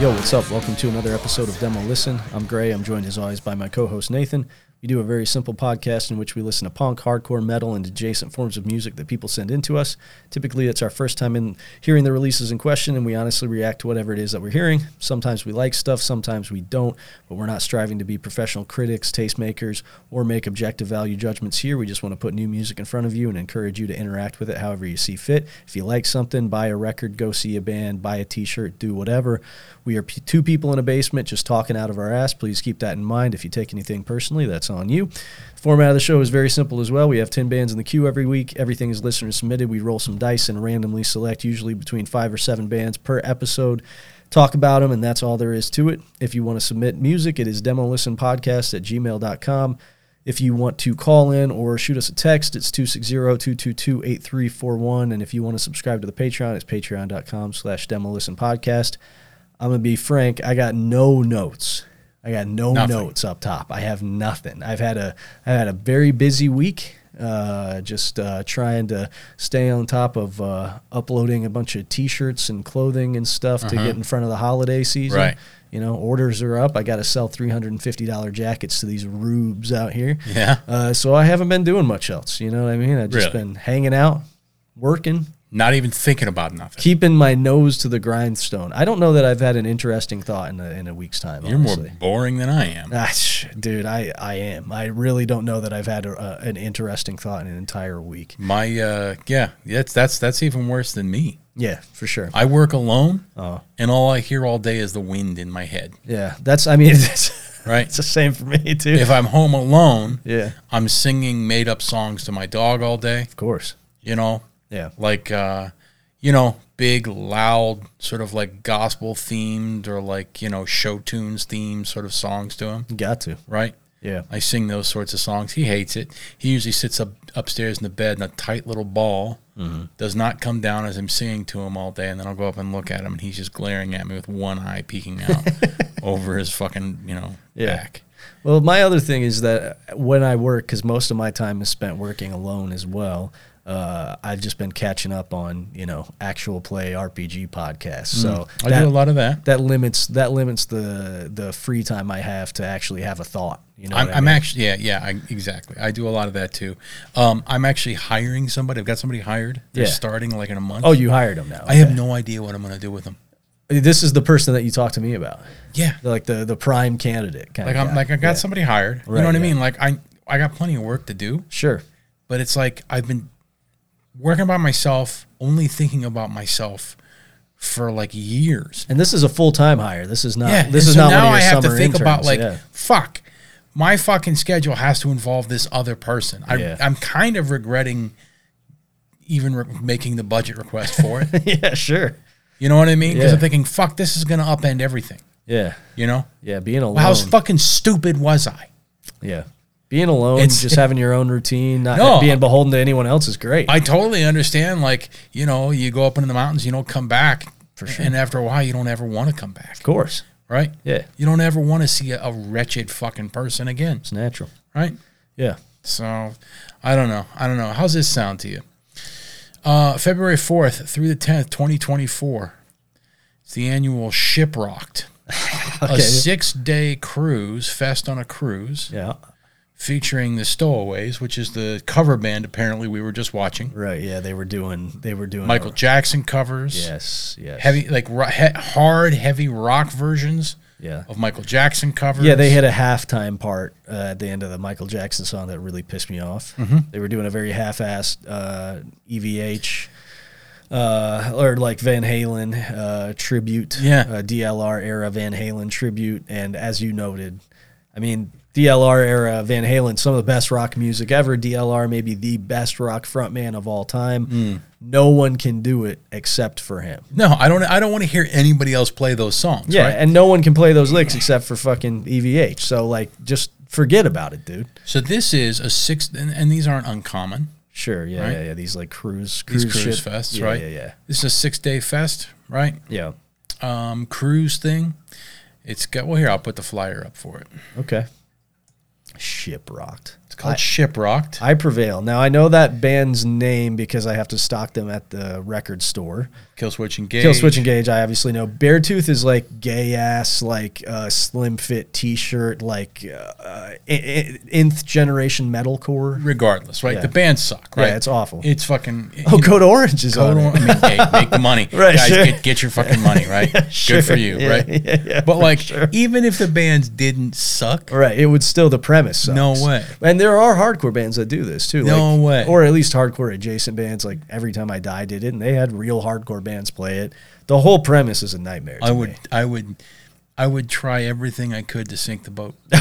Yo, what's up? Welcome to another episode of Demo Listen. I'm Gray. I'm joined as always by my co host Nathan. We do a very simple podcast in which we listen to punk, hardcore, metal, and adjacent forms of music that people send in to us. Typically, it's our first time in hearing the releases in question, and we honestly react to whatever it is that we're hearing. Sometimes we like stuff, sometimes we don't, but we're not striving to be professional critics, tastemakers, or make objective value judgments here. We just want to put new music in front of you and encourage you to interact with it however you see fit. If you like something, buy a record, go see a band, buy a t shirt, do whatever. We are p- two people in a basement just talking out of our ass. Please keep that in mind. If you take anything personally, that's on you. The format of the show is very simple as well. We have 10 bands in the queue every week. Everything is listener submitted. We roll some dice and randomly select, usually between five or seven bands per episode. Talk about them, and that's all there is to it. If you want to submit music, it is demolistenpodcast at gmail.com. If you want to call in or shoot us a text, it's 260-222-8341. And if you want to subscribe to the Patreon, it's patreon.com slash demolistenpodcast. I'm gonna be frank. I got no notes. I got no Nothing. notes up top. I have nothing. I've had a I had a very busy week. Uh, just uh, trying to stay on top of uh, uploading a bunch of T-shirts and clothing and stuff to get in front of the holiday season. Mm-hmm. Right. You know, orders are up. I got to sell three hundred and fifty dollar jackets to these rubes out here. Yeah. Uh, so I haven't been doing much else. You know what I mean? I've just Really? been hanging out, working, Not even thinking about nothing. keeping my nose to the grindstone. I don't know that I've had an interesting thought in a, in a week's time. You're more honestly. boring than I am. Ah, sh- dude, I, I am. I really don't know that I've had a, a, an interesting thought in an entire week. My uh yeah, that's that's that's even worse than me. Yeah, for sure. I work alone Oh. and all I hear all day is the wind in my head. Yeah, that's. I mean, it's, Right? it's the same for me too. if I'm home alone, yeah, I'm singing made up songs to my dog all day, of course. you know? Yeah, Like uh you know, big loud sort of like gospel themed or like, you know, show tunes themed sort of songs to him, got to. right? Yeah, I sing those sorts of songs. He hates it. He usually sits up upstairs in the bed in a tight little ball, Mm-hmm. does not come down as I'm singing to him all day, and then I'll go up and look at him, and he's just glaring at me with one eye peeking out over his fucking you know Yeah. back. Well, my other thing is that when I work, because most of my time is spent working alone as well, uh, I've just been catching up on you know actual play RPG podcasts. So Hmm. I that, do a lot of that. that limits that limits the the free time I have to actually have a thought. You know, I'm, what I I'm mean? actually yeah yeah I, exactly. I do a lot of that too. Um, I'm actually hiring somebody. I've got somebody hired. They're Yeah. starting like in a month. Oh, you hired him now. I have no idea what I'm going to do with them. This is the person that you talked to me about, Yeah, like the the prime candidate kind like of. I'm like I got some. somebody hired. you Right, know what I yeah. mean? Like I I got plenty of work to do. Sure. but it's like I've been working by myself, only thinking about myself for like years. And this is a full time hire. This is not. Yeah, This and is so not now one I of your have summer to think interns. about like yeah. fuck. My fucking schedule has to involve this other person. I, Yeah. I'm kind of regretting even re- making the budget request for it. yeah, sure. you know what I mean? Because Yeah. I'm thinking, fuck, this is going to upend everything. Yeah, You know? yeah. Being alone. How fucking stupid was I? Yeah. Being alone, It's- just having your own routine, not No. being beholden to anyone else is great. I totally understand. Like, you know, you go up into the mountains, you don't come back. For sure. And after a while, you don't ever want to come back. of course. right? Yeah. You don't ever want to see a, a wretched fucking person again, It's natural. right? Yeah. So, I don't know. I don't know. How's this sound to you? Uh, February 4th through the 10th, 2024. It's the annual Shiprocked, a six day cruise, fest on a cruise, Yeah. featuring the Stowaways, which is the cover band apparently we were just watching. Right. Yeah. They were doing, they were doing Michael Jackson covers, Yes. Yes. heavy, like ro- he- hard, heavy rock versions Yeah. of Michael Jackson covers. Yeah, they had a halftime part uh, at the end of the Michael Jackson song that really pissed me off. They were doing a very half-assed uh, EVH uh, or like Van Halen uh, tribute, Yeah. uh, DLR era Van Halen tribute, and as you noted, I mean. DLR era Van Halen, some of the best rock music ever. DLR may be the best rock frontman of all time. No one can do it except for him. No, I don't. I don't want to hear anybody else play those songs. Yeah, right? and no one can play those licks except for fucking EVH. So like, just forget about it, dude. So this is a six, and, and these aren't uncommon. Sure, yeah, Right? yeah, yeah. These like cruise, cruise, These cruise ship- fests, yeah, right? Yeah, yeah, This is a six-day fest, right? yeah. Um, cruise thing. It's got. Well, here I'll put the flyer up for it. Okay. Ship rocked. It's called Shiprocked. I Prevail. Now I know that band's name because I have to stock them at the record store. Killswitch Engage. Kill Switch Engage, I obviously know. Beartooth is like gay ass, like uh, slim fit t shirt, like uh, uh, i- i- nth generation metalcore. Regardless, right? Yeah. The bands suck, right? Yeah, it's awful. It's fucking. Oh, Code Orange is on Go it. to- I mean, hey, make the money, Right, Guys, sure. get, get your fucking money, right? sure. Good for you, Yeah, right? yeah, yeah, but like, even if the bands didn't suck, Right, it would still the premise. Sucks. No way. And there are hardcore bands that do this too. No like- way. Or at least hardcore adjacent bands. Like every time I die, did it, and they had real hardcore bands play it. The whole premise is a nightmare. To I me. would, I would, I would try everything I could to sink the boat.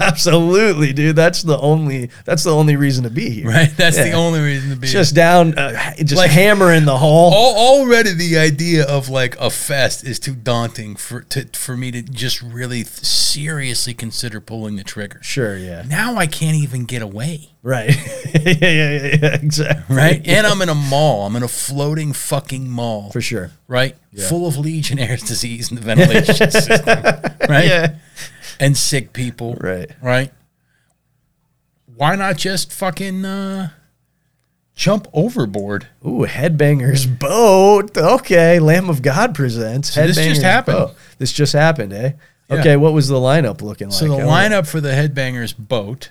absolutely, dude. That's the only. That's the only reason to be here. Right? That's the Yeah. only reason to be. Just down, uh, just Like- hammering the hole. Al- already the idea of like a fest is too daunting for to, for me to just really th- seriously consider pulling the trigger. Sure, yeah, Now I can't even get away. right. yeah, yeah, yeah, yeah, exactly. Right? And I'm in a mall. I'm in a floating fucking mall. for sure. right? Full of Legionnaire's disease in the ventilation system, right? Yeah, And sick people, Right. Right? Why not just fucking uh, jump overboard? Ooh, Headbangers Boat. Okay, Lamb of God presents. So this just Headbangers happened. Boat. This just happened, eh? Yeah. Okay, what was the lineup looking So like? oh. the I wanna- Uh-huh. lineup for the Headbangers boat,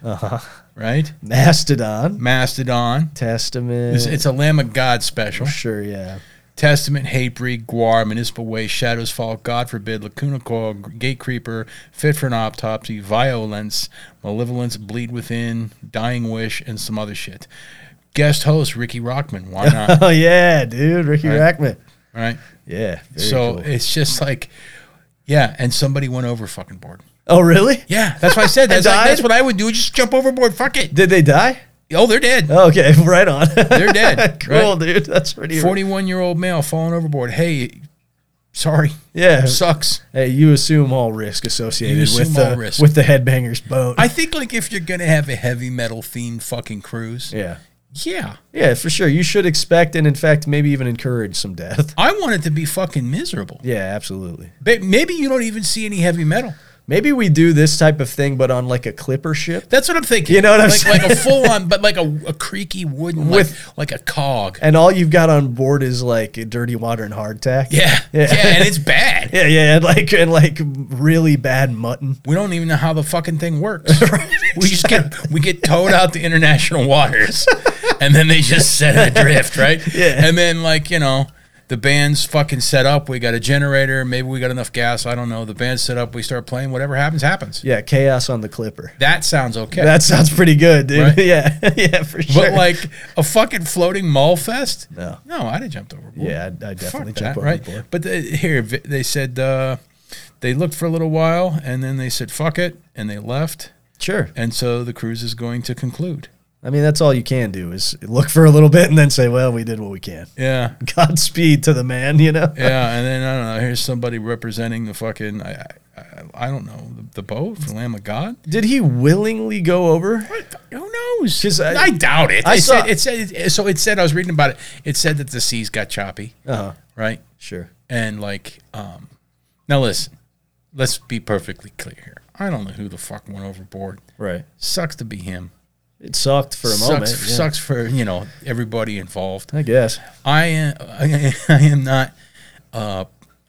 right? Mastodon, Mastodon. Testament. Oh, It's, it's a Lamb of God special. sure, yeah. Testament, Hatebreed, Guar, Municipal Waste, Shadows Fall, God Forbid, Lacuna Coil, Gatekeeper, Fit for an Autopsy, Violence, Malevolence, Bleed Within, Dying Wish, and some other shit. Guest host Ricky Rockman. Why not? All Oh yeah, dude, Ricky Right. Rackman. right. Yeah. very so cool. it's just like, yeah. And somebody went over fucking board. oh really? Yeah, that's what I said. And That's, like, died? that's what I would do. Just jump overboard. Fuck it. Did they die? Oh, they're dead. Okay, right on. They're dead. cool, dude. That's pretty. Forty-one-year-old male falling overboard. Hey, sorry. Yeah. Sucks. Hey, you assume all risk associated You assume with the all risk. with the Headbangers Boat. I think like if you're gonna have a heavy metal themed fucking cruise, yeah. yeah, Yeah, for sure. You should expect and, in fact, maybe even encourage some death. I want it to be fucking miserable. Yeah, absolutely. Ba- Maybe you don't even see any heavy metal. Maybe we do this type of thing, but on like a clipper ship, That's what I'm thinking. You know what I'm like, saying? Like a full on, but like a, a creaky wooden with With- like, a cog. and all you've got on board is like dirty water and hardtack. Yeah, Yeah. yeah, and it's bad. yeah, yeah, and like and like really bad mutton. We don't even know how the fucking thing works. We just get we get towed out to international waters, and then they just set it adrift, right? Yeah. And then like you know, the band's fucking set up. We got a generator. Maybe we got enough gas. I don't know. The band's set up. We start playing. Whatever happens, happens. Yeah, chaos on the clipper. That sounds okay. That sounds pretty good, dude. Right? Yeah, yeah, for but sure. like a fucking floating mall fest? No. No, I'd have jumped overboard. yeah, I, I definitely Fuck that, jump right? overboard. But the, here, vi- they said uh, they looked for a little while and then they said, fuck it, and they left. Sure. And so the cruise is going to conclude. I mean, that's all you can do is look for a little bit and then say, "Well, we did what we can." Yeah. Godspeed to the man, you know. Yeah. And then I don't know. Here's somebody representing the fucking, I, I, I- I don't know, the, the boat for Lamb of God? Did he willingly go over? What the- Who knows? 'Cause I- I, doubt it. uh, I it, saw- said, it said, it- so it said, I was reading about it. It said that the seas got choppy, Uh-huh. right? Sure. and like um now listen let's be perfectly clear here i don't know who the fuck went overboard Right. sucks to be him It sucked for a sucks, moment. yeah. sucks for you know everybody involved I guess. i am i, I am not uh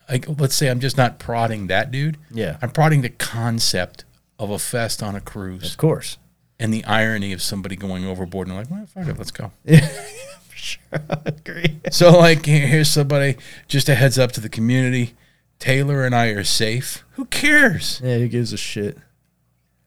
like let's say i'm just not prodding that dude Yeah. i'm prodding the concept of a fest on a cruise Of course. and the irony of somebody going overboard and like well fuck it let's go Agree. so like here- here's somebody just a heads up to the community taylor and i are safe who cares Yeah, who gives a shit?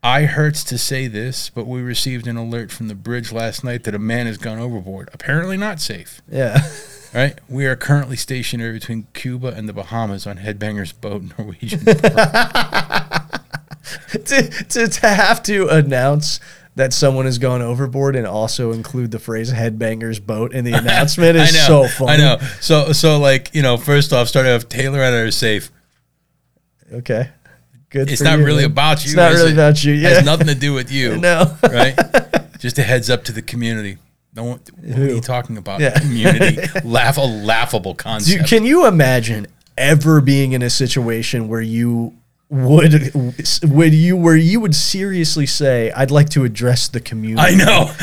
I hurts to say this, but we received an alert from the bridge last night that a man has gone overboard. Apparently not safe. Yeah. Right? We are currently stationary between Cuba and the Bahamas on Headbanger's boat, Norwegian. Pearl. to, to, to have to announce that someone has gone overboard and also include the phrase headbangers boat in the announcement is so funny. I know. So so like, you know, first off, starting off Taylor and I are safe. Okay. Good. It's for not you, really man. about you. It's not is really it? about you. Yeah. It has nothing to do with you. no. Right? Just a heads up to the community. No one, what are Who? you talking about? Yeah. Community. Laugh a laughable concept. Do- can you imagine ever being in a situation where you would would you where you would seriously say I'd like to address the community? I know.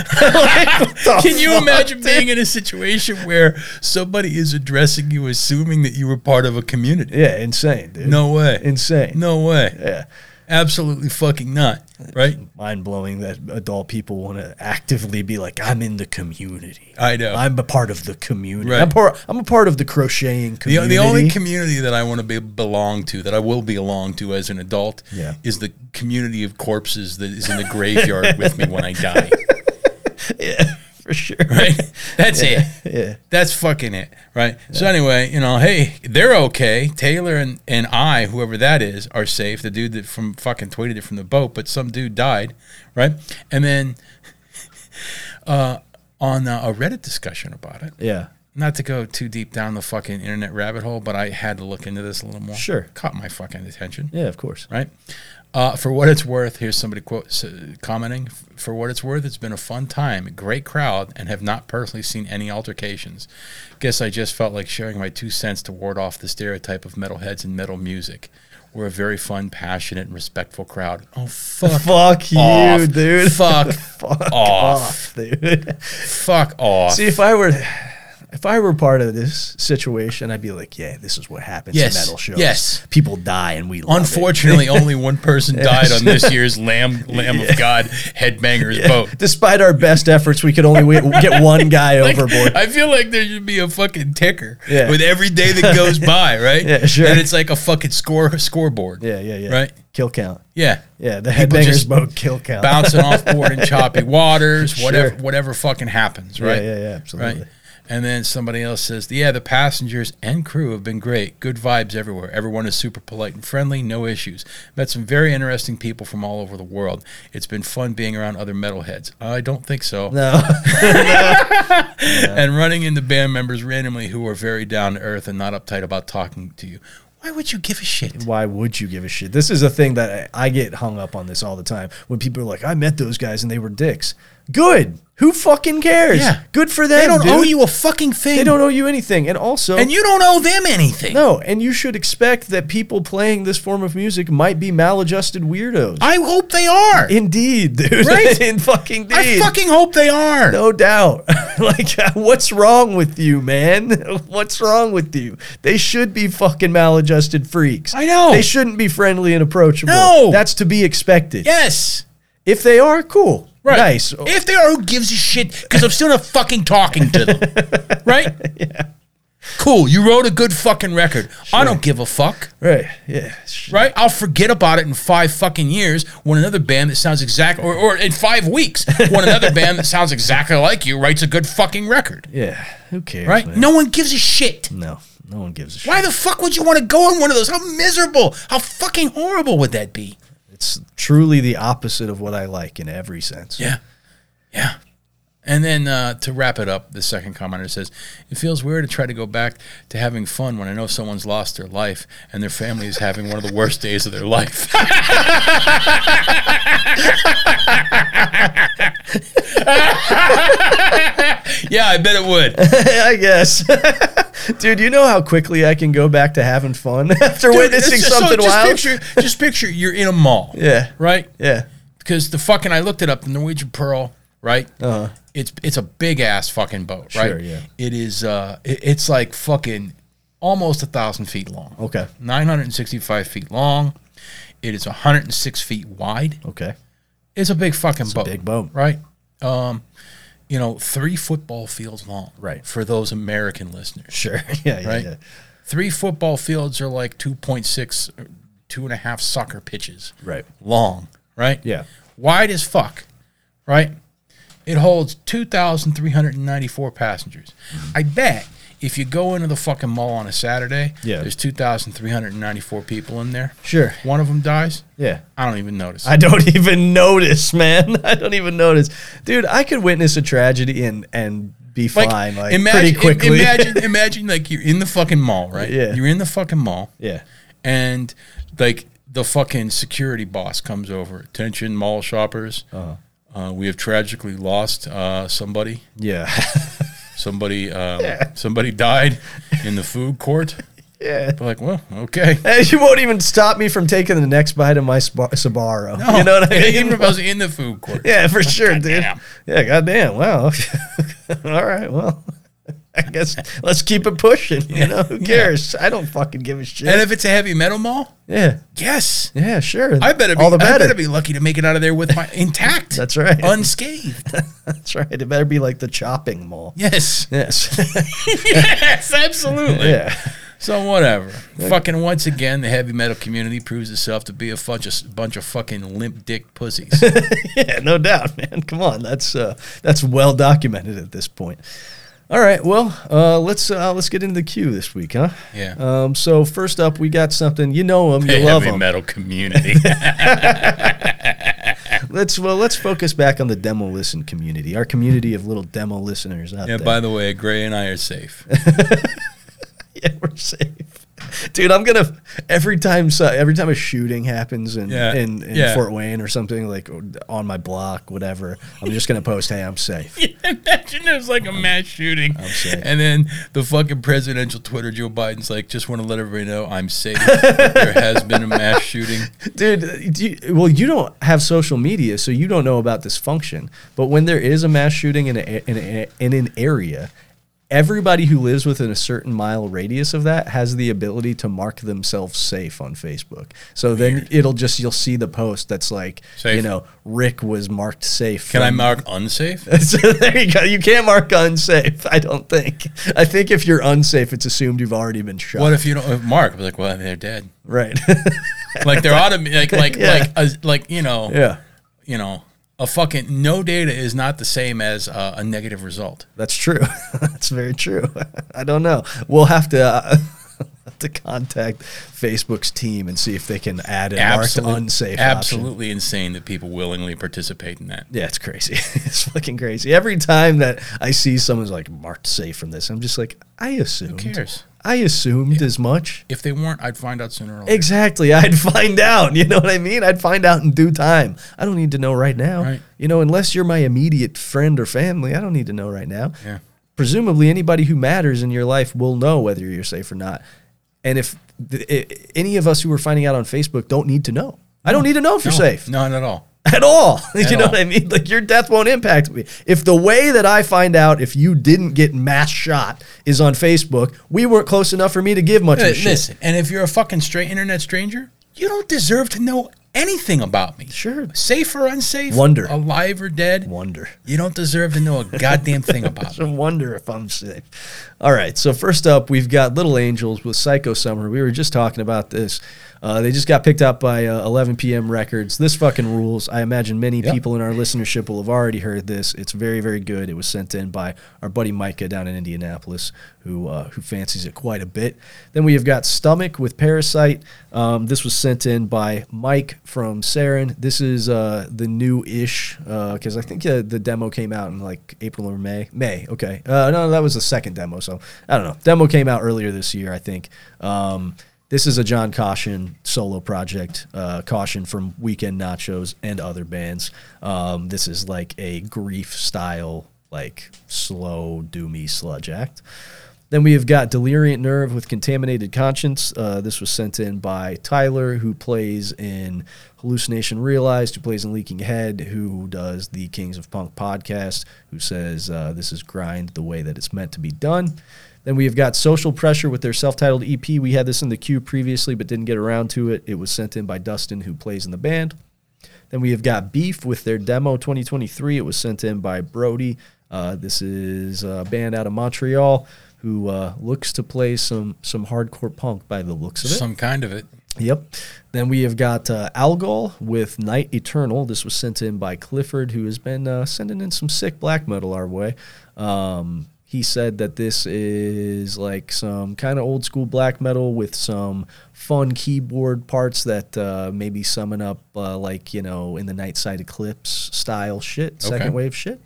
Oh, Can you imagine being in a situation where somebody is addressing you, assuming that you were part of a community? Yeah, insane, dude. No way. insane. No way. Yeah, Absolutely fucking not. Right? mind blowing that adult people want to actively be like, I'm in the community. I know. I'm a part of the community. Right. I'm, part, I'm a part of the crocheting the, community. the only community that I want to be belong to, that I will belong to as an adult, Yeah. is the community of corpses that is in the graveyard with me when I die. for sure. Right? That's it. Yeah. That's fucking it, right? So anyway, you know, hey, they're okay. Taylor and, and I, whoever that is, are safe. The dude that from fucking tweeted it from the boat, but some dude died, right? And then uh, on uh, a Reddit discussion about it, Yeah. not to go too deep down the fucking internet rabbit hole, but I had to look into this a little more. Sure. caught my fucking attention Yeah. Of course. right? Uh, for what it's worth, here's somebody quote s- commenting. For what it's worth, it's been a fun time, great crowd, and have not personally seen any altercations. Guess I just felt like sharing my two cents to ward off the stereotype of metalheads and metal music. We're a very fun, passionate, and respectful crowd. Oh fuck, Fuck you, off. dude. Fuck, Fuck off. off, dude. fuck off. See, if I were, if I were part of this situation, I'd be like, yeah, this is what happens Yes, in metal shows. yes. people die and we. Love Unfortunately, only one person died on this year's Lamb Lamb of God headbangers boat. it. despite our best efforts, we could only wi- get one guy Like, overboard. I feel like there should be a fucking ticker Yeah. with every day that goes by, right? Yeah, sure. And it's like a fucking score scoreboard. yeah, yeah, yeah. Right? Kill count. Yeah. Yeah, the People headbangers just boat kill count. Bouncing off board in choppy waters, whatever Sure. whatever fucking happens, yeah, right? yeah, yeah, absolutely. Right. And then somebody else says, Yeah, the passengers and crew have been great. Good vibes everywhere. Everyone is super polite and friendly. No issues. Met some very interesting people from all over the world. It's been fun being around other metalheads. I don't think so. No, and running into band members randomly who are very down to earth and not uptight about talking to you. Why would you give a shit? why would you give a shit? This is a thing that I, I get hung up on this all the time when people are like, "I met those guys and they were dicks." Good. Who fucking cares? Yeah. Good for them. They don't dude. owe you a fucking thing. They don't owe you anything. And also, and you don't owe them anything. no, and you should expect that people playing this form of music might be maladjusted weirdos. I hope they are. Indeed, dude. Right? In fucking deed. I fucking hope they are. No doubt. like, uh, what's wrong with you, man? What's wrong with you? They should be fucking maladjusted freaks. I know. They shouldn't be friendly and approachable. No. That's to be expected. Yes. If they are, cool. Right. Nice. If they are, who gives a shit? Because I'm still not fucking talking to them. Right? Yeah. Cool. You wrote a good fucking record. I don't give a fuck. Right. Yeah. Sh- right? I'll forget about it in five fucking years when another band that sounds exact, or, or in five weeks when another band that sounds exactly like you writes a good fucking record, Yeah. Who cares? right? man? No one gives a shit. No. No one gives a shit. Why the fuck would you want to go on one of those? How miserable, how fucking horrible would that be? It's truly the opposite of what I like in every sense. Yeah. Yeah. And then uh, to wrap it up, the second commenter says, It feels weird to try to go back to having fun when I know someone's lost their life and their family is having one of the worst days of their life. yeah, I bet it would. I guess. Dude, you know how quickly I can go back to having fun after witnessing It's just- so something just wild? Picture, just picture you're in a mall. Yeah. Right? Yeah. Because the fucking, I looked it up, the Norwegian Pearl, right? Uh, it's it's a big ass fucking boat, right? Sure, yeah. It is uh it- it's like fucking almost a thousand feet long. okay. Nine hundred and sixty five feet long. It is hundred and six feet wide. Okay. It's a big fucking boat. big boat. Right. Um you know, three football fields long. Right. For those American listeners. Sure. Yeah. Yeah. Right. Yeah. Three football fields are like 2.6, or two and a half soccer pitches. Right. Long. Right. Yeah. Wide as fuck. Right. It holds 2,394 passengers. Mm-hmm. I bet if you go into the fucking mall on a Saturday, Yeah. there's 2,394 people in there. Sure. One of them dies. Yeah. I don't even notice. I don't even notice, man. I don't even notice. Dude, I could witness a tragedy and and be fine like pretty i- quickly. Imagine, imagine, like you're in the fucking mall, right? Yeah. You're in the fucking mall. yeah. and like the fucking security boss comes over. Attention, mall shoppers. Uh-huh. uh we have tragically lost uh, somebody. Yeah. Somebody, um, somebody died in the food court. Yeah. But like, well, okay. Hey, you won't even stop me from taking the next bite of my spa- Sbarro. you know what I mean? Even if I was in the food court. Yeah, for sure, dude. Goddamn. Yeah, goddamn. Wow. All right. Well, I guess let's keep it pushing. You know, who cares? I don't fucking give a shit. And if it's a heavy metal mall, yeah. yes. Yeah, sure. I better be, All the I better. better be lucky to make it out of there with my intact. That's right. Unscathed. That's right. It better be like the chopping mall. Yes. Yes. yes, absolutely. yeah. So whatever. Fucking once again, the heavy metal community proves itself to be a bunch of bunch of fucking limp dick pussies. Yeah, no doubt, man. Come on, that's uh, that's well documented at this point. All right, well, uh, let's uh, let's get into the queue this week, huh? Yeah. Um, so first up, we got something. You know them, the you love heavy them. metal community. Let's well, let's focus back on the demo listen community, our community of little demo listeners out yeah. there. By the way, Gray and I are safe. yeah, we're safe, dude. I'm gonna every time so, every time a shooting happens in Yeah, in, in yeah. Fort Wayne or something like or on my block, whatever. I'm just gonna post, "Hey, I'm safe." Imagine it was like a mass shooting, safe. and then the fucking presidential Twitter, Joe Biden's like, just want to let everybody know I'm safe. there has been a mass shooting. Dude, do you, well, you don't have social media, so you don't know about this function. But when there is a mass shooting in, a, in, a, in an area, everybody who lives within a certain mile radius of that has the ability to mark themselves safe on Facebook. So then it'll just, you'll see the post that's like, you Safe. know, Rick was marked safe. Can I from- mark unsafe? so there you go. You can't mark unsafe, I don't think. I think if you're unsafe, it's assumed you've already been shot. What if you don't mark? I'm like, well, they're dead. right. Like they're auto, like like Yeah. like a, like you know. yeah. you know, a fucking no data is not the same as uh, a negative result. That's true. That's very true. I don't know. We'll have to uh, have to contact Facebook's team and see if they can add a Absolute- marked unsafe option. absolutely insane that people willingly participate in that. Yeah, it's crazy. it's fucking crazy. Every time that I see someone's like marked safe from this, I'm just like, I assumed. cares? I assumed as much. If they weren't, I'd find out sooner or later. Exactly. I'd find out. You know what I mean? I'd find out in due time. I don't need to know right now. Right. You know, unless you're my immediate friend or family, I don't need to know right now. Yeah. Presumably, anybody who matters in your life will know whether you're safe or not. And if th- i- any of us who are finding out on Facebook don't need to know, I don't need to know if you're No, safe Not at all. at all. you know all. what I mean? Like your death won't impact me. If the way that I find out if you didn't get mass shot is on Facebook, we weren't close enough for me to give much of a shit. listen, and if you're a fucking straight internet stranger, you don't deserve to know anything about me. Sure. Safe or unsafe, Wonder. alive or dead, Wonder. you don't deserve to know a goddamn thing about me. I wonder if I'm safe. All right. So first up, we've got Little Angels with Psycho Summer. We were just talking about this. Uh, they just got picked up by uh, 11 p.m. Records. This fucking rules. I imagine many Yep. people in our listenership will have already heard this. It's very, very good. It was sent in by our buddy Micah down in Indianapolis, who uh, who fancies it quite a bit. Then we have got Stomach with Parasite. Um, this was sent in by Mike from Saren. This is uh, the new-ish because I think uh, the demo came out in like April or May. May, okay. Uh, no, that was the second demo. So I don't know. Demo came out earlier this year, I think. Um, this is a John Caution solo project, uh, Caution from Weekend Nachos and other bands. Um, this is like a grief style, like slow, doomy sludge act. Then we have got Deliriant Nerve with Contaminated Conscience. Uh, this was sent in by Tyler, who plays in Hallucination Realized, who plays in Leaking Head, who does the Kings of Punk podcast, who says uh, this is grind the way that it's meant to be done. Then we have got Social Pressure with their self titled EP. We had this in the queue previously, but didn't get around to it. It was sent in by Dustin, who plays in the band. Then we have got Beef with their demo 2023. It was sent in by Brody. Uh, this is a band out of Montreal who uh, looks to play some some hardcore punk by the looks of it. Some kind of it. Yep. Then we have got uh, Algol with Night Eternal. This was sent in by Clifford, who has been uh, sending in some sick black metal our way. Um, he said that this is like some kind of old school black metal with some fun keyboard parts that uh, maybe summon up uh, like you know in the Night Side Eclipse style shit, second Okay. wave shit.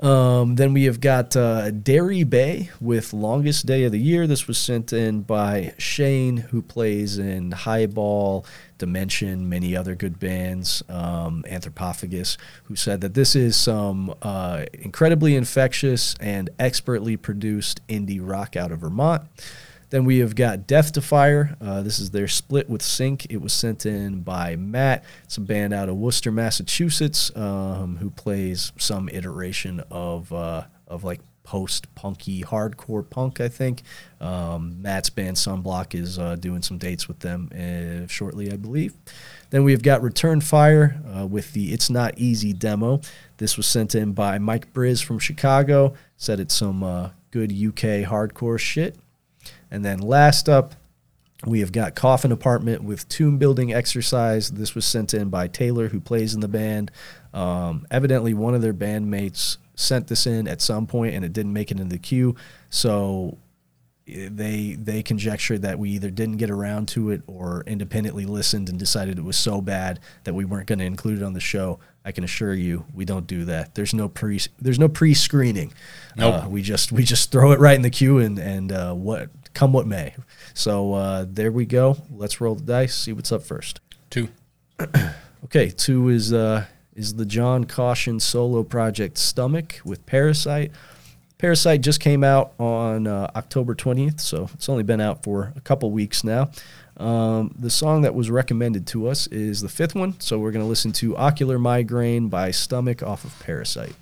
Um, then we have got uh, Dairy Bay with Longest Day of the Year. This was sent in by Shane, who plays in Highball, Dimension, many other good bands, um, Anthropophagus, who said that this is some uh, incredibly infectious and expertly produced indie rock out of Vermont. Then we have got Death to Fire. Uh, this is their split with Sync. It was sent in by Matt. It's a band out of Worcester, Massachusetts, um, who plays some iteration of uh, of like post punky hardcore punk. I think um, Matt's band Sunblock is uh, doing some dates with them uh, shortly, I believe. Then we've got Return Fire uh, with the It's Not Easy demo. This was sent in by Mike Briz from Chicago. Said it's some uh, good UK hardcore shit. And then last up, we have got Coffin Apartment with Tomb Building Exercise. This was sent in by Taylor, who plays in the band. Um, evidently, one of their bandmates sent this in at some point and it didn't make it in the queue. So eh, they they conjectured that we either didn't get around to it or independently listened and decided it was so bad that we weren't going to include it on the show. I can assure you, we don't do that. There's no pre there's no pre screening. Nope. Uh, we just we just throw it right in the queue and and uh, what come what may. So uh, there we go. Let's roll the dice. See what's up first. Two. Okay, two is uh, is the John Caution solo project Stomach with Parasite. Parasite just came out on uh, October 20th, so it's only been out for a couple weeks now. Um, the song that was recommended to us is the fifth one, so we're going to listen to Ocular Migraine by Stomach off of Parasite.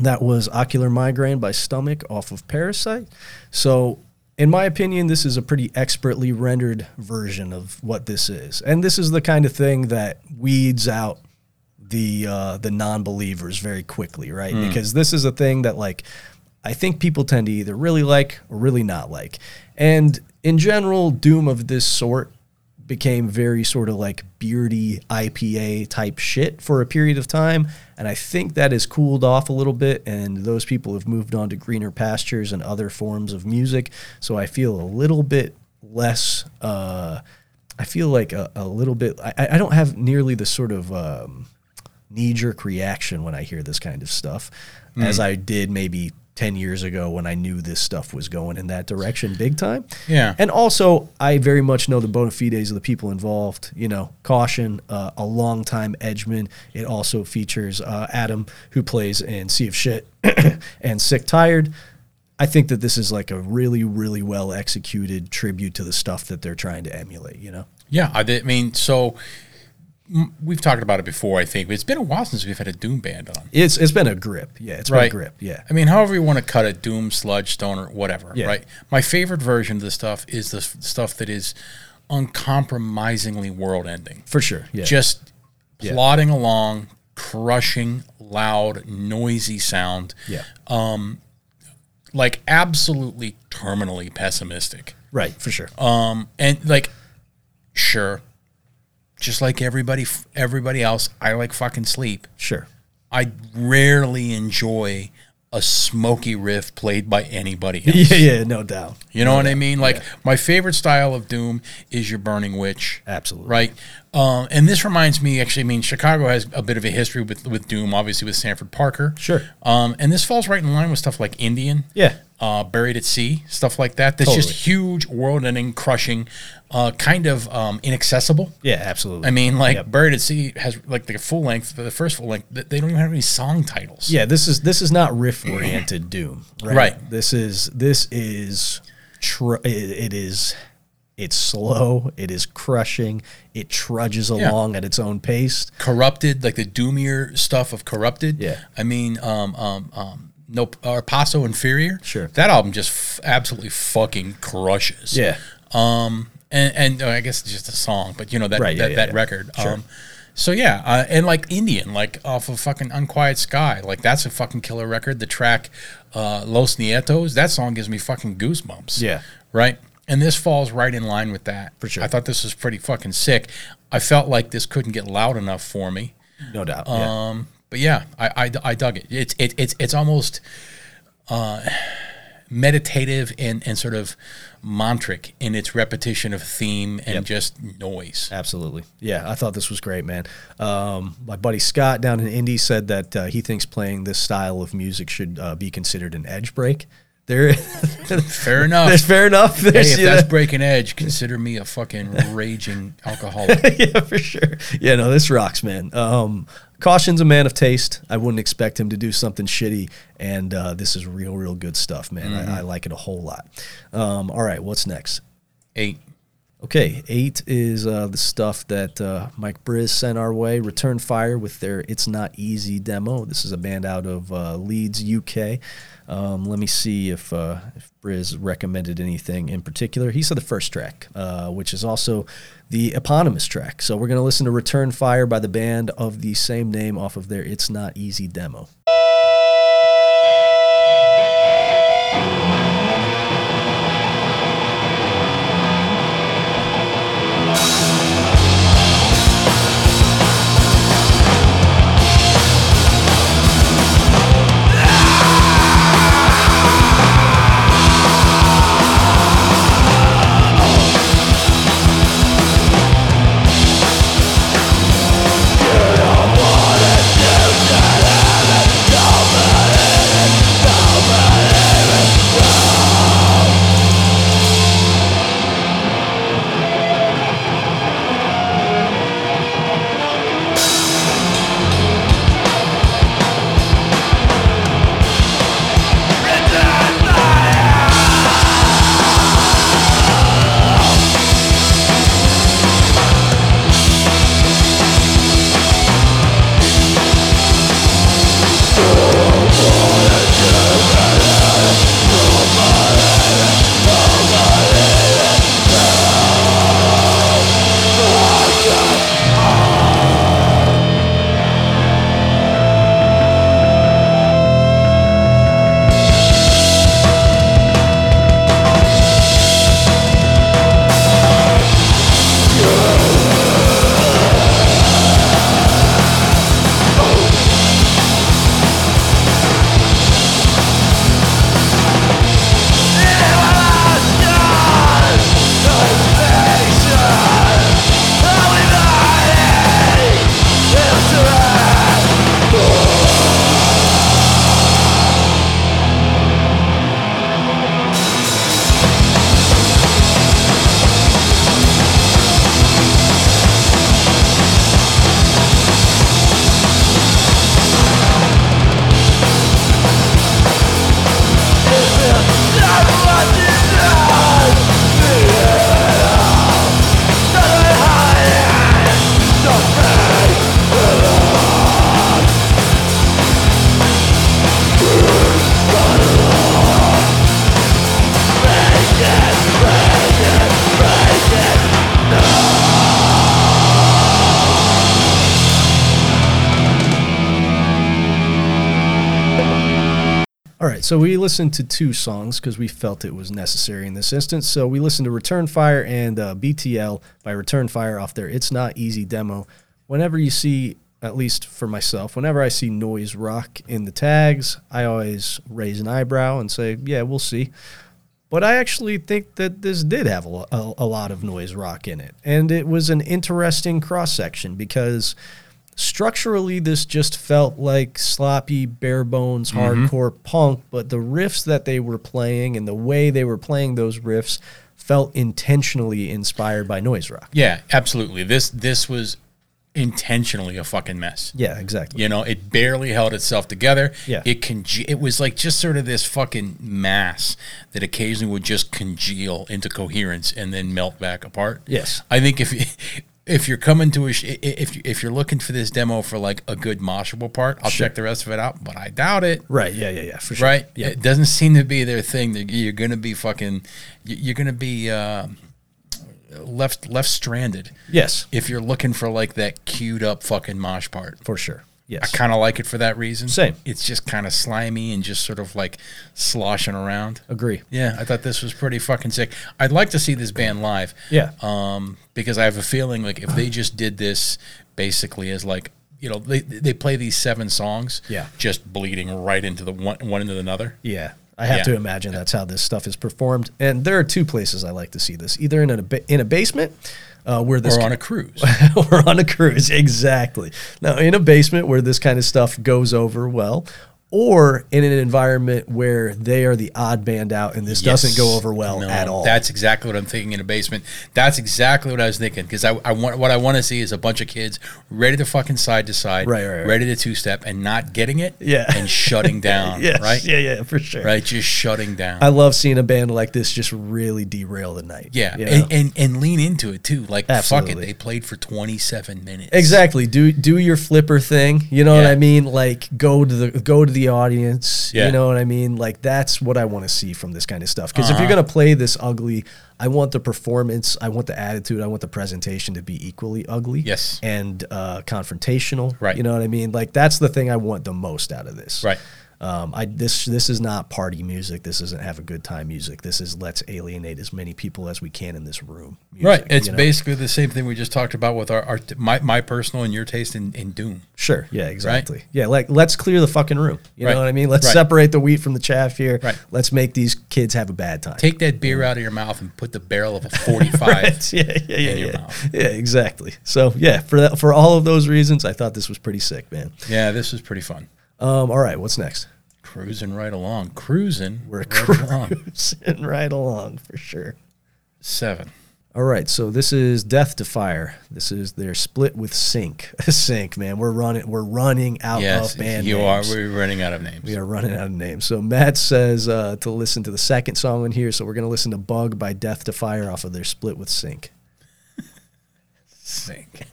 that was Ocular Migraine by Stomach off of Parasite. So, in my opinion, this is a pretty expertly rendered version of what this is. And this is the kind of thing that weeds out the uh, the non-believers very quickly, right? Because this is a thing that like I think people tend to either really like or really not like. And in general, doom of this sort became very sort of like beardy IPA type shit for a period of time. And I think that has cooled off a little bit. And those people have moved on to greener pastures and other forms of music. So I feel a little bit less, uh, I feel like a, a little bit, I, I don't have nearly the sort of um, knee jerk reaction when I hear this kind of stuff as I did maybe. 10 years ago when I knew this stuff was going in that direction big time. Yeah. And also, I very much know the bona fides of the people involved. You know, Caution, uh, a longtime Edgeman. It also features uh, Adam, who plays in Sea of Shit and Sick Tired. I think that this is like a really, really well executed tribute to the stuff that they're trying to emulate, you know? Yeah, I, did- I mean, so m- we've talked about it before. I think but it's been a while since we've had a doom band on. It's It's been a grip. Yeah, it's been a Right. grip. Yeah. I mean, however you want to cut it, doom, sludge, stoner, whatever. Yeah. Right. My favorite version of this stuff is the s- stuff that is uncompromisingly world ending. For sure. Yeah. Just plodding along, crushing, loud, noisy sound, yeah. like absolutely terminally pessimistic. right, for sure. Um, and like, sure, just like everybody, f- everybody else, I like fucking sleep. sure. I rarely enjoy a smoky riff played by anybody else. Yeah, yeah, no doubt. You know what I mean? Like my favorite style of doom is your burning witch. Absolutely. Right. Um, and this reminds me actually, I mean, Chicago has a bit of a history with, with doom, obviously with Sanford Parker. Sure. Um, and this falls right in line with stuff like Indian. Yeah. Uh, buried at sea, stuff like that. That's just huge, world-ending, crushing, uh, kind of um, inaccessible. Yeah, absolutely. I mean, like Yep. Buried at Sea has like the full length, the first full length. th- They don't even have any song titles. Yeah, this is this is not riff oriented doom, right? Right. This is this is tr- it, it is it's slow, it is crushing, it trudges along at its own pace. Corrupted, like the doomier stuff of Corrupted. Yeah. I mean, um, um, um, no, or Paso Inferior. Sure. That album just f- absolutely fucking crushes. Um, and and uh, I guess it's just a song, but you know that Right, yeah, that, yeah, that yeah. record. Sure. Um, so yeah, uh, and like Indian, like off of fucking Unquiet Sky, like that's a fucking killer record. The track uh, Los Nietos, that song gives me fucking goosebumps. Yeah. right. And this falls right in line with that. For sure. I thought this was pretty fucking sick. I felt like this couldn't get loud enough for me. No doubt. yeah. Um, but yeah, I, I, I dug it. It's it, it's it's almost uh, meditative and, and sort of mantric in its repetition of theme and just noise. Absolutely. Yeah, I thought this was great, man. Um, my buddy Scott down in Indy said that uh, he thinks playing this style of music should uh, be considered an edge break. There, Fair enough. there's fair enough. There's, Oh. hey, if yeah. that's breaking edge, consider me a fucking raging alcoholic. yeah, for sure. Yeah, no, this rocks, man. Um, Caution's a man of taste. I wouldn't expect him to do something shitty, and uh, this is real, real good stuff, man. I, I like it a whole lot. Um, all right, what's next? Eight. Okay, eight is uh, the stuff that uh, Mike Briz sent our way. Return Fire with their "It's Not Easy" demo. This is a band out of uh, Leeds, UK. Um, let me see if uh, if Briz recommended anything in particular. He said the first track, uh, which is also the eponymous track. So we're gonna listen to "Return Fire" by the band of the same name off of their "It's Not Easy" demo. Yeah. All right, so we listened to two songs because we felt it was necessary in this instance. So we listened to Return Fire and uh, BTL by Return Fire off their It's Not Easy demo. Whenever you see, at least for myself, whenever I see noise rock in the tags, I always raise an eyebrow and say, yeah, we'll see. But I actually think that this did have a, lo- a, a lot of noise rock in it. And it was an interesting cross section because structurally this just felt like sloppy bare bones Mm-hmm. hardcore punk but the riffs that they were playing and the way they were playing those riffs felt intentionally inspired by noise rock Yeah, absolutely. This this was intentionally a fucking mess. yeah exactly You know, it barely held itself together. Yeah. It conge- it was like just sort of this fucking mass that occasionally would just congeal into coherence and then melt back apart. Yes. I think if you if you're coming to a sh- i- if you- if you're looking for this demo for like a good moshable part, I'll check the rest of it out, but I doubt it. right yeah yeah yeah for sure Right? yeah It doesn't seem to be their thing. That You're going to be fucking you- you're going to be uh, left left stranded yes if you're looking for like that queued up fucking mosh part. for sure I yes kind of like it for that reason. Same. It's just kind of slimy and just sort of like sloshing around. agree Yeah, I thought this was pretty fucking sick. I'd like to see this band live. yeah Um, because I have a feeling like if they just did this basically as like you know they they play these seven songs. Yeah. Just bleeding right into the one one into another. Yeah. I have Yeah. to imagine that's how this stuff is performed. And there are two places I like to see this either in a, ba- in a basement uh, where this Or on a cruise. or on a cruise. Exactly. Now, in a basement where this kind of stuff goes over well, or in an environment where they are the odd band out and this doesn't go Yes. over well No, at all. That's exactly what I'm thinking in a basement. That's exactly what I was thinking because I, I want what I want to see is a bunch of kids ready to fucking side to side, Right, right, right. ready to two step and not getting it, Yeah. and shutting down, yes, right, Yeah, yeah, for sure. right, just shutting down. I love seeing a band like this just really derail the night. yeah, you know? and, and and lean into it too. Like fuck Absolutely. it, they played for 27 minutes. Exactly. Do do your flipper thing. You know what Yeah. I mean? Like go to the go to the audience. Yeah. You know what I mean? Like that's what I want to see from this kind of stuff. Because if Uh-huh. you're gonna play this ugly, I want the performance, I want the attitude, I want the presentation to be equally ugly. Yes. And uh, confrontational. Right. You know what I mean? Like that's the thing I want the most out of this. Right. Um, I this this is not party music. This isn't have a good time music. This is let's alienate as many people as we can in this room. Right, music, it's you know? basically the same thing we just talked about with our, our my, my personal and your taste in, in Doom. Sure. Yeah, exactly. Yeah, like let's clear the fucking room. You Right. know what I mean? Let's Right. separate the wheat from the chaff here. Right. Let's make these kids have a bad time. Take that beer out of your mouth and put the barrel of a 45 Right. Yeah, yeah, yeah, in your yeah. mouth. yeah, exactly. So yeah, for that, for all of those reasons, I thought this was pretty sick, man. Yeah, this was pretty fun. Um, all right, what's next? Cruising right along. Cruising. We're right along. cruising right along for sure. Seven. All right, so this is Death to Fire. This is their split with Sync. Sync, man, we're running, we're running out Yes, of band. you names. are. We're running out of names. We are running out of names. So Matt says uh, to listen to the second song in here. So we're going to listen to Bug by Death to Fire off of their split with Sync. Sink.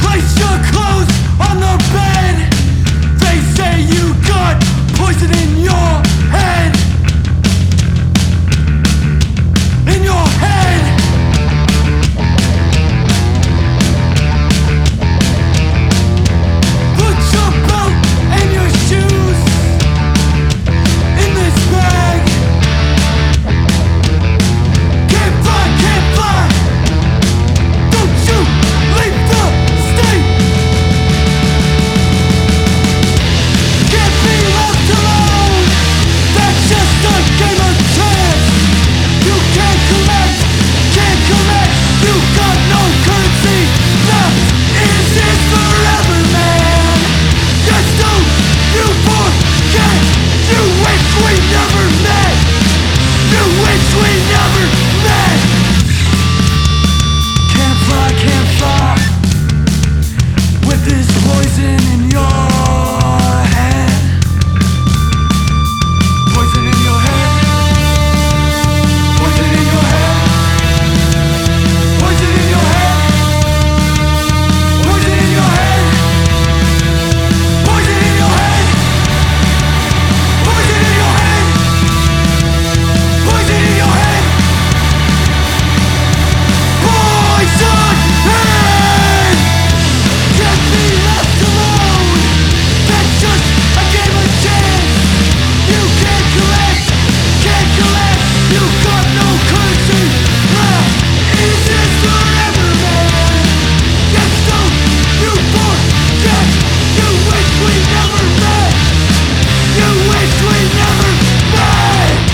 Place your clothes on the bed. They say you got poison in your head. In your head. The You got no country left. Is this forever, man? Get stoked, you forget. You wish we never met. You wish we never met.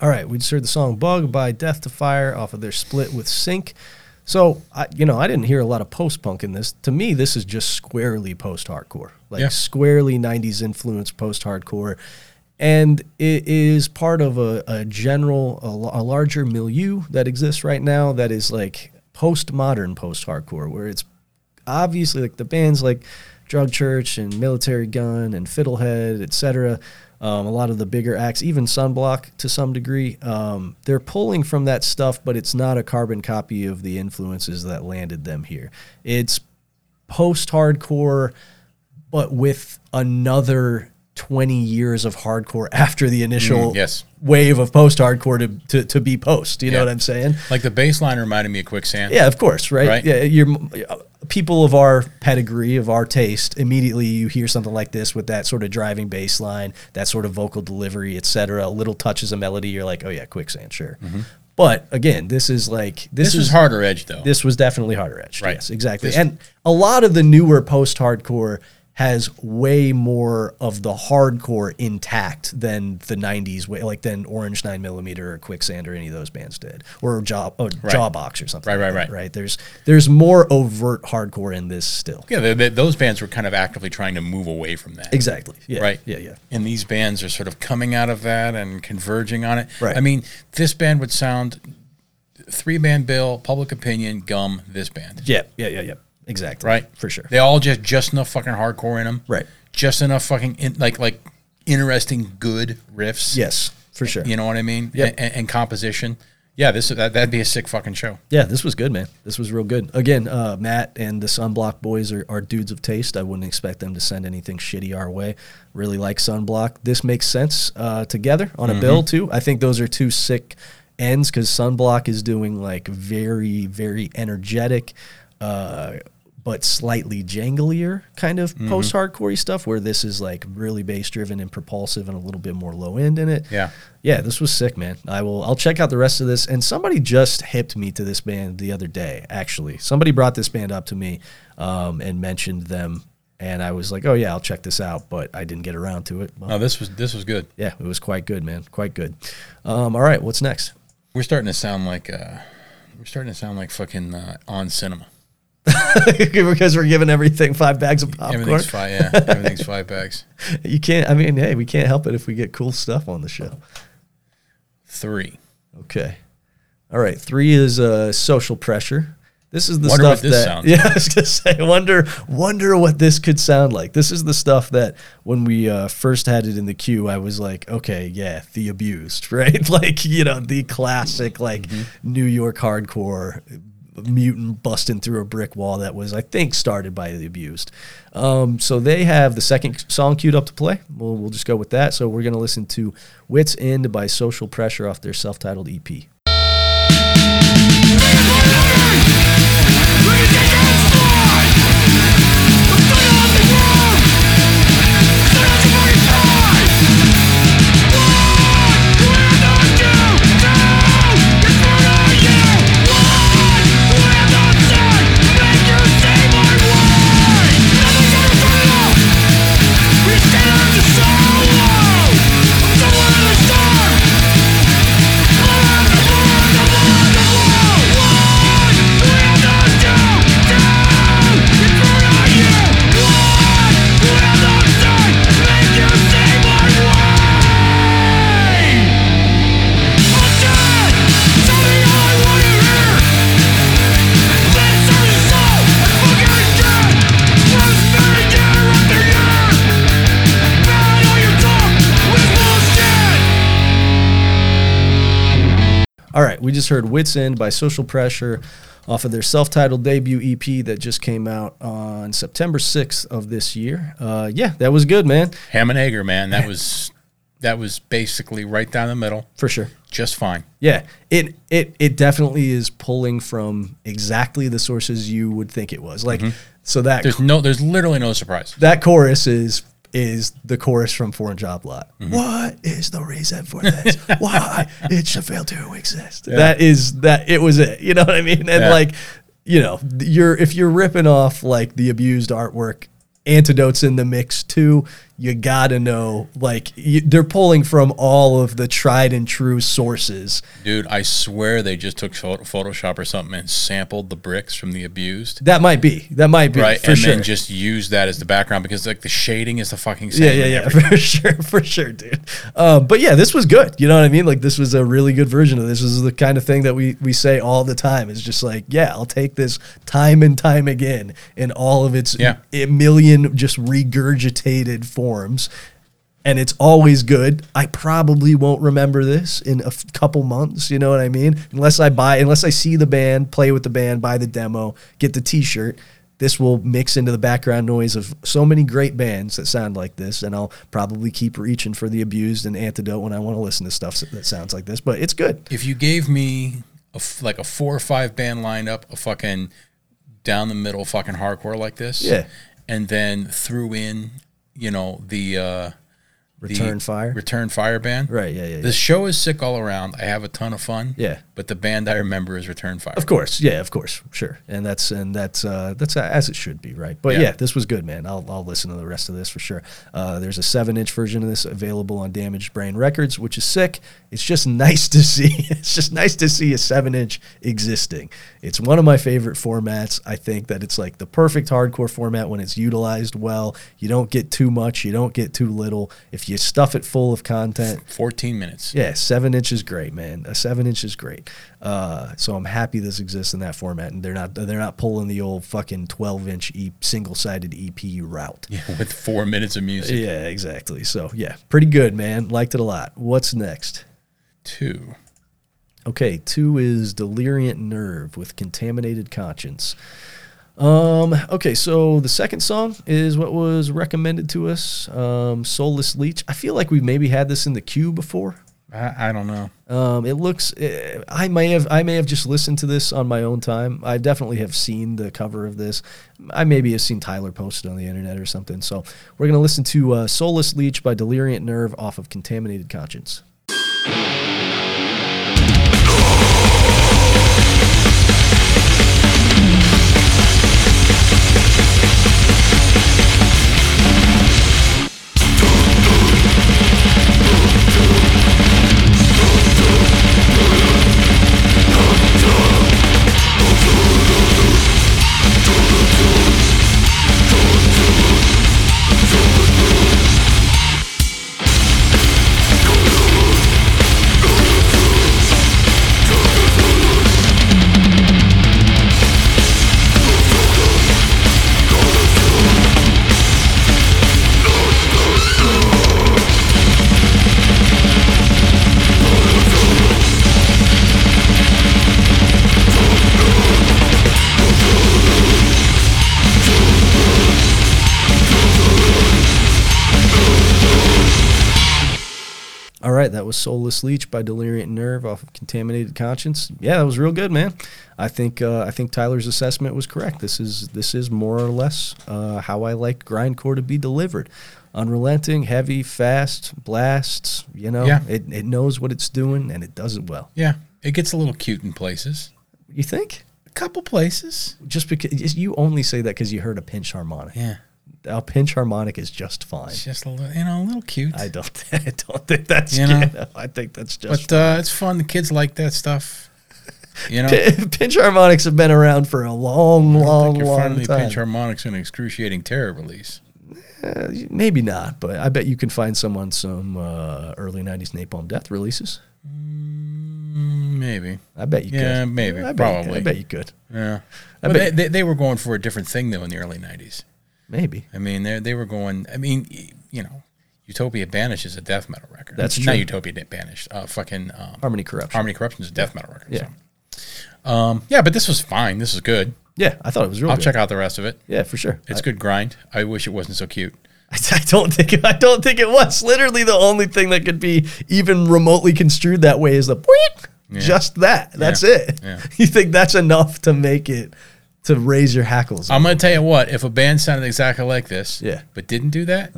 All right, we just heard the song "Bug" by Death to Fire off of their split with Sync. So, I, you know, I didn't hear a lot of post punk in this. To me, this is just squarely post hardcore, like Yeah. squarely '90s influence post hardcore, and it is part of a, a general, a, l- a larger milieu that exists right now that is like post modern post hardcore, where it's obviously like the bands like Drug Church and Military Gun and Fiddlehead, etc. Um, a lot of the bigger acts, even Sunblock to some degree, um, they're pulling from that stuff, but it's not a carbon copy of the influences that landed them here. It's post hardcore, but with another 20 years of hardcore after the initial Mm, yes. wave of post hardcore to, to, to be post. You know Yeah. what I'm saying? Like the bass line reminded me of Quicksand. Yeah, of course, right? Right. Yeah, you're people of our pedigree, of our taste. Immediately, you hear something like this with that sort of driving bass line, that sort of vocal delivery, etc. Little touches of melody. You're like, oh yeah, quicksand, sure. But again, this is like Mm-hmm. this, This is was harder edge though. this was definitely harder edged. Right. Yes, exactly. This- and a lot of the newer post hardcore has way more of the hardcore intact than the 90s way like than orange 9 millimeter or quicksand or any of those bands did or jaw oh, jawbox or something Right, like right, that, right. right there's there's more overt hardcore in this still yeah, they, they, those bands were kind of actively trying to move away from that. exactly yeah Right. yeah yeah And these bands are sort of coming out of that and converging on it. Right. I mean, this band would sound three band bill, public opinion, gum, this band. yeah yeah yeah yeah exactly Right. for sure They all just just enough fucking hardcore in them. Right. Just enough fucking in, like like interesting good riffs. yes for sure You know what I mean? Yep. A- And, and composition. Yeah, this that that'd be a sick fucking show. Yeah, this was good, man. This was real good. Again, uh, Matt and the Sunblock boys are, are dudes of taste. I wouldn't expect them to send anything shitty our way. Really like Sunblock. This makes sense uh, together on a bill, too. I think those are two sick ends because Sunblock is doing like very, very energetic. Uh, but slightly janglier kind of post hardcore stuff where this is like really bass driven and propulsive and a little bit more low end in it. Yeah. Yeah, this was sick, man. I will I'll check out the rest of this. And somebody just hipped me to this band the other day, actually. Somebody brought this band up to me um, and mentioned them and I was like, Oh yeah, I'll check this out, but I didn't get around to it. Well, No, this was this was good. yeah, it was quite good, man. Quite good. Um, all right, what's next? We're starting to sound like uh we're starting to sound like fucking uh, on cinema. because we're giving everything five bags of popcorn. Everything's five yeah, everything's five bags. You can't I mean, hey, we can't help it if we get cool stuff on the show. Three. Okay. All right. Three is uh, social pressure. This is the Wonder stuff what this that sounds yeah. I was gonna say. Wonder wonder what this could sound like. This is the stuff that when we uh, first had it in the queue, I was like, okay, yeah, the abused, right? like you know, the classic like Mm-hmm. New York hardcore mutant busting through a brick wall that was, I think, started by the abused. Um, so they have the second song queued up to play. We'll we'll just go with that. So we're gonna listen to "Wits End" by Social Pressure off their self-titled E EP. Solo! What will I do? All right, we just heard Wits End by Social Pressure off of their self titled debut EP that just came out on September 6th of this year. Uh, yeah, that was good, man, Ham and Hager, man, that was that was basically right down the middle, for sure. just fine. Yeah, it it it definitely is pulling from exactly the sources you would think it was. Like so that There's no, there's literally no surprise. that chorus is is the chorus from Foreign Job Lot. Mm-hmm. What is the reason for this? Why it should fail to exist? That is that it was it. You know what I mean? And Yeah. like, you know, you're if you're ripping off like the abused artwork, antidotes in the mix too. You gotta know, like you, they're pulling from all of the tried and true sources. Dude, I swear they just took pho- Photoshop or something and sampled the bricks from the abused. That might be, that might be Right, for and sure. then just use that as the background because like the shading is the fucking same. Yeah, yeah, yeah, for sure, for sure, dude. Uh, but yeah, this was good. You know what I mean? Like this was a really good version of this. This is the kind of thing that we we say all the time. It's just like, yeah, I'll take this time and time again in all of its Yeah. a million just regurgitated forms. And it's always good. I probably won't remember this in a f- couple months. You know what I mean? Unless I buy, unless I see the band, play with the band, buy the demo, get the T-shirt. This will mix into the background noise of so many great bands that sound like this, and I'll probably keep reaching for the abused and antidote when I want to listen to stuff s- that sounds like this. But it's good. If you gave me a f like a four or five band lineup, a fucking down the middle fucking hardcore like this, Yeah. and then threw in, you know, the uh, the Return Fire. Return Fire band, Right, yeah, yeah, The show is sick all around. I have a ton of fun. Yeah. But the band I remember is Return Fire. Of course, yeah, of course, sure, and that's and that's uh, that's as it should be, right? But yeah. Yeah. this was good, man. I'll, I'll listen to the rest of this for sure. Uh, there's a seven-inch version of this available on Damaged Brain Records, which is sick. It's just nice to see. It's just nice to see a seven-inch existing. It's one of my favorite formats. I think that it's like the perfect hardcore format when it's utilized well. You don't get too much. You don't get too little. If you stuff it full of content, Fourteen minutes. yeah, seven inch is great, man. A seven inch is great. Uh, so I'm happy this exists in that format, and they're not they're not pulling the old fucking twelve inch e- single sided EP route. Yeah. With four minutes of music. exactly. So yeah, pretty good, man. Liked it a lot. What's next? Two. Okay, two is Deliriant Nerve with Contaminated Conscience. Um, okay, so the second song is what was recommended to us, um, Soulless Leech. I feel like we've maybe had this in the queue before. I, I don't know. Um, it looks. eh, I may have. I may have just listened to this on my own time. I definitely have seen the cover of this. I maybe have seen Tyler posted on the internet or something. So we're gonna listen to uh, "Soulless Leech" by Deliriant Nerve off of Contaminated Conscience. All right, that was Soulless Leech by Deliriant Nerve off of Contaminated Conscience. Yeah, that was real good, man. I think uh, I think Tyler's assessment was correct. This is this is more or less uh, how I like grindcore to be delivered. Unrelenting, heavy, fast blasts. You know, Yeah. it it knows what it's doing and it does it well. Yeah. It gets a little cute in places. You think? A couple places. Just because you only say that because you heard a pinch harmonic. Yeah. A pinch harmonic is just fine. It's just a little, you know, a little cute. I don't. I don't think that's. You know? yeah, no, I think that's just. but uh, it's fun. The kids like that stuff. You know, I P- pinch harmonics have been around for a long, long, think you're long finally time. pinch harmonics in an excruciating terror release. Uh, Maybe not, but I bet you can find some on some uh, early '90s Napalm Death releases. Mm, Maybe. I bet you could. Yeah, maybe, I bet you could. probably. I bet you could. Yeah. I But bet- they, they, they were going for a different thing though in the early '90s. Maybe. I mean, they they were going. I mean, y- you know, Utopia Banished is a death metal record. That's Not true. Utopia Banished. Uh, fucking um, Harmony Corruption. Harmony Corruption is a death metal record. Yeah. so. Um, yeah, but this was fine. This was good. Yeah, I thought it was real. I'll good. check out the rest of it. Yeah, for sure. It's good grind. I wish it wasn't so cute. I, I don't think I don't think it was. Literally, the only thing that could be even remotely construed that way is the point. Just that. That's Yeah. it. Yeah. You think that's enough to make it to raise your hackles? I'm gonna tell you what. If a band sounded exactly like this, Yeah. but didn't do that,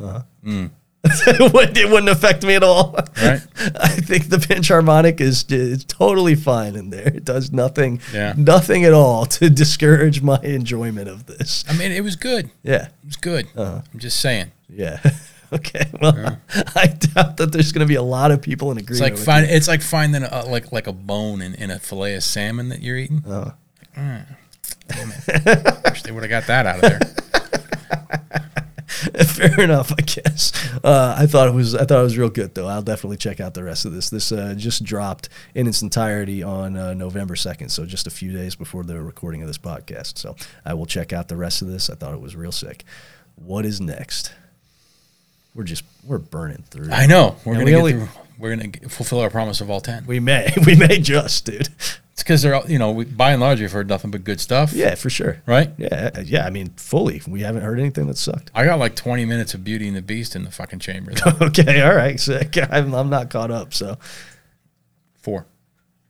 it, wouldn't, it wouldn't affect me at all. Right. I think the pinch harmonic is is totally fine in there. It does nothing, Yeah. nothing at all to discourage my enjoyment of this. I mean, it was good. Yeah. It was good. Uh-huh. I'm just saying. Yeah. Okay. Well, I doubt that there's going to be a lot of people in It's agreement. like with find, It's like finding a, like like a bone in, in a fillet of salmon that you're eating. Uh-huh. Oh. Damn it. Wish they would have got that out of there. Fair enough, I guess. Uh, I thought it was I thought it was real good though. I'll definitely check out the rest of this. This uh, just dropped in its entirety on uh, November second, so just a few days before the recording of this podcast. So I will check out the rest of this. I thought it was real sick. What is next? We're just we're burning through. I know. We're And gonna we get only- through, we're gonna g- fulfill our promise of all ten. We may we may just, dude. It's because they're all you know. We, by and large, we've heard nothing but good stuff. Yeah, for sure. Right. Yeah, uh, yeah. I mean, fully. We haven't heard anything that sucked. I got like 20 minutes of Beauty and the Beast in the fucking chamber. Okay, all right. Sick. I'm, I'm not caught up. So Four.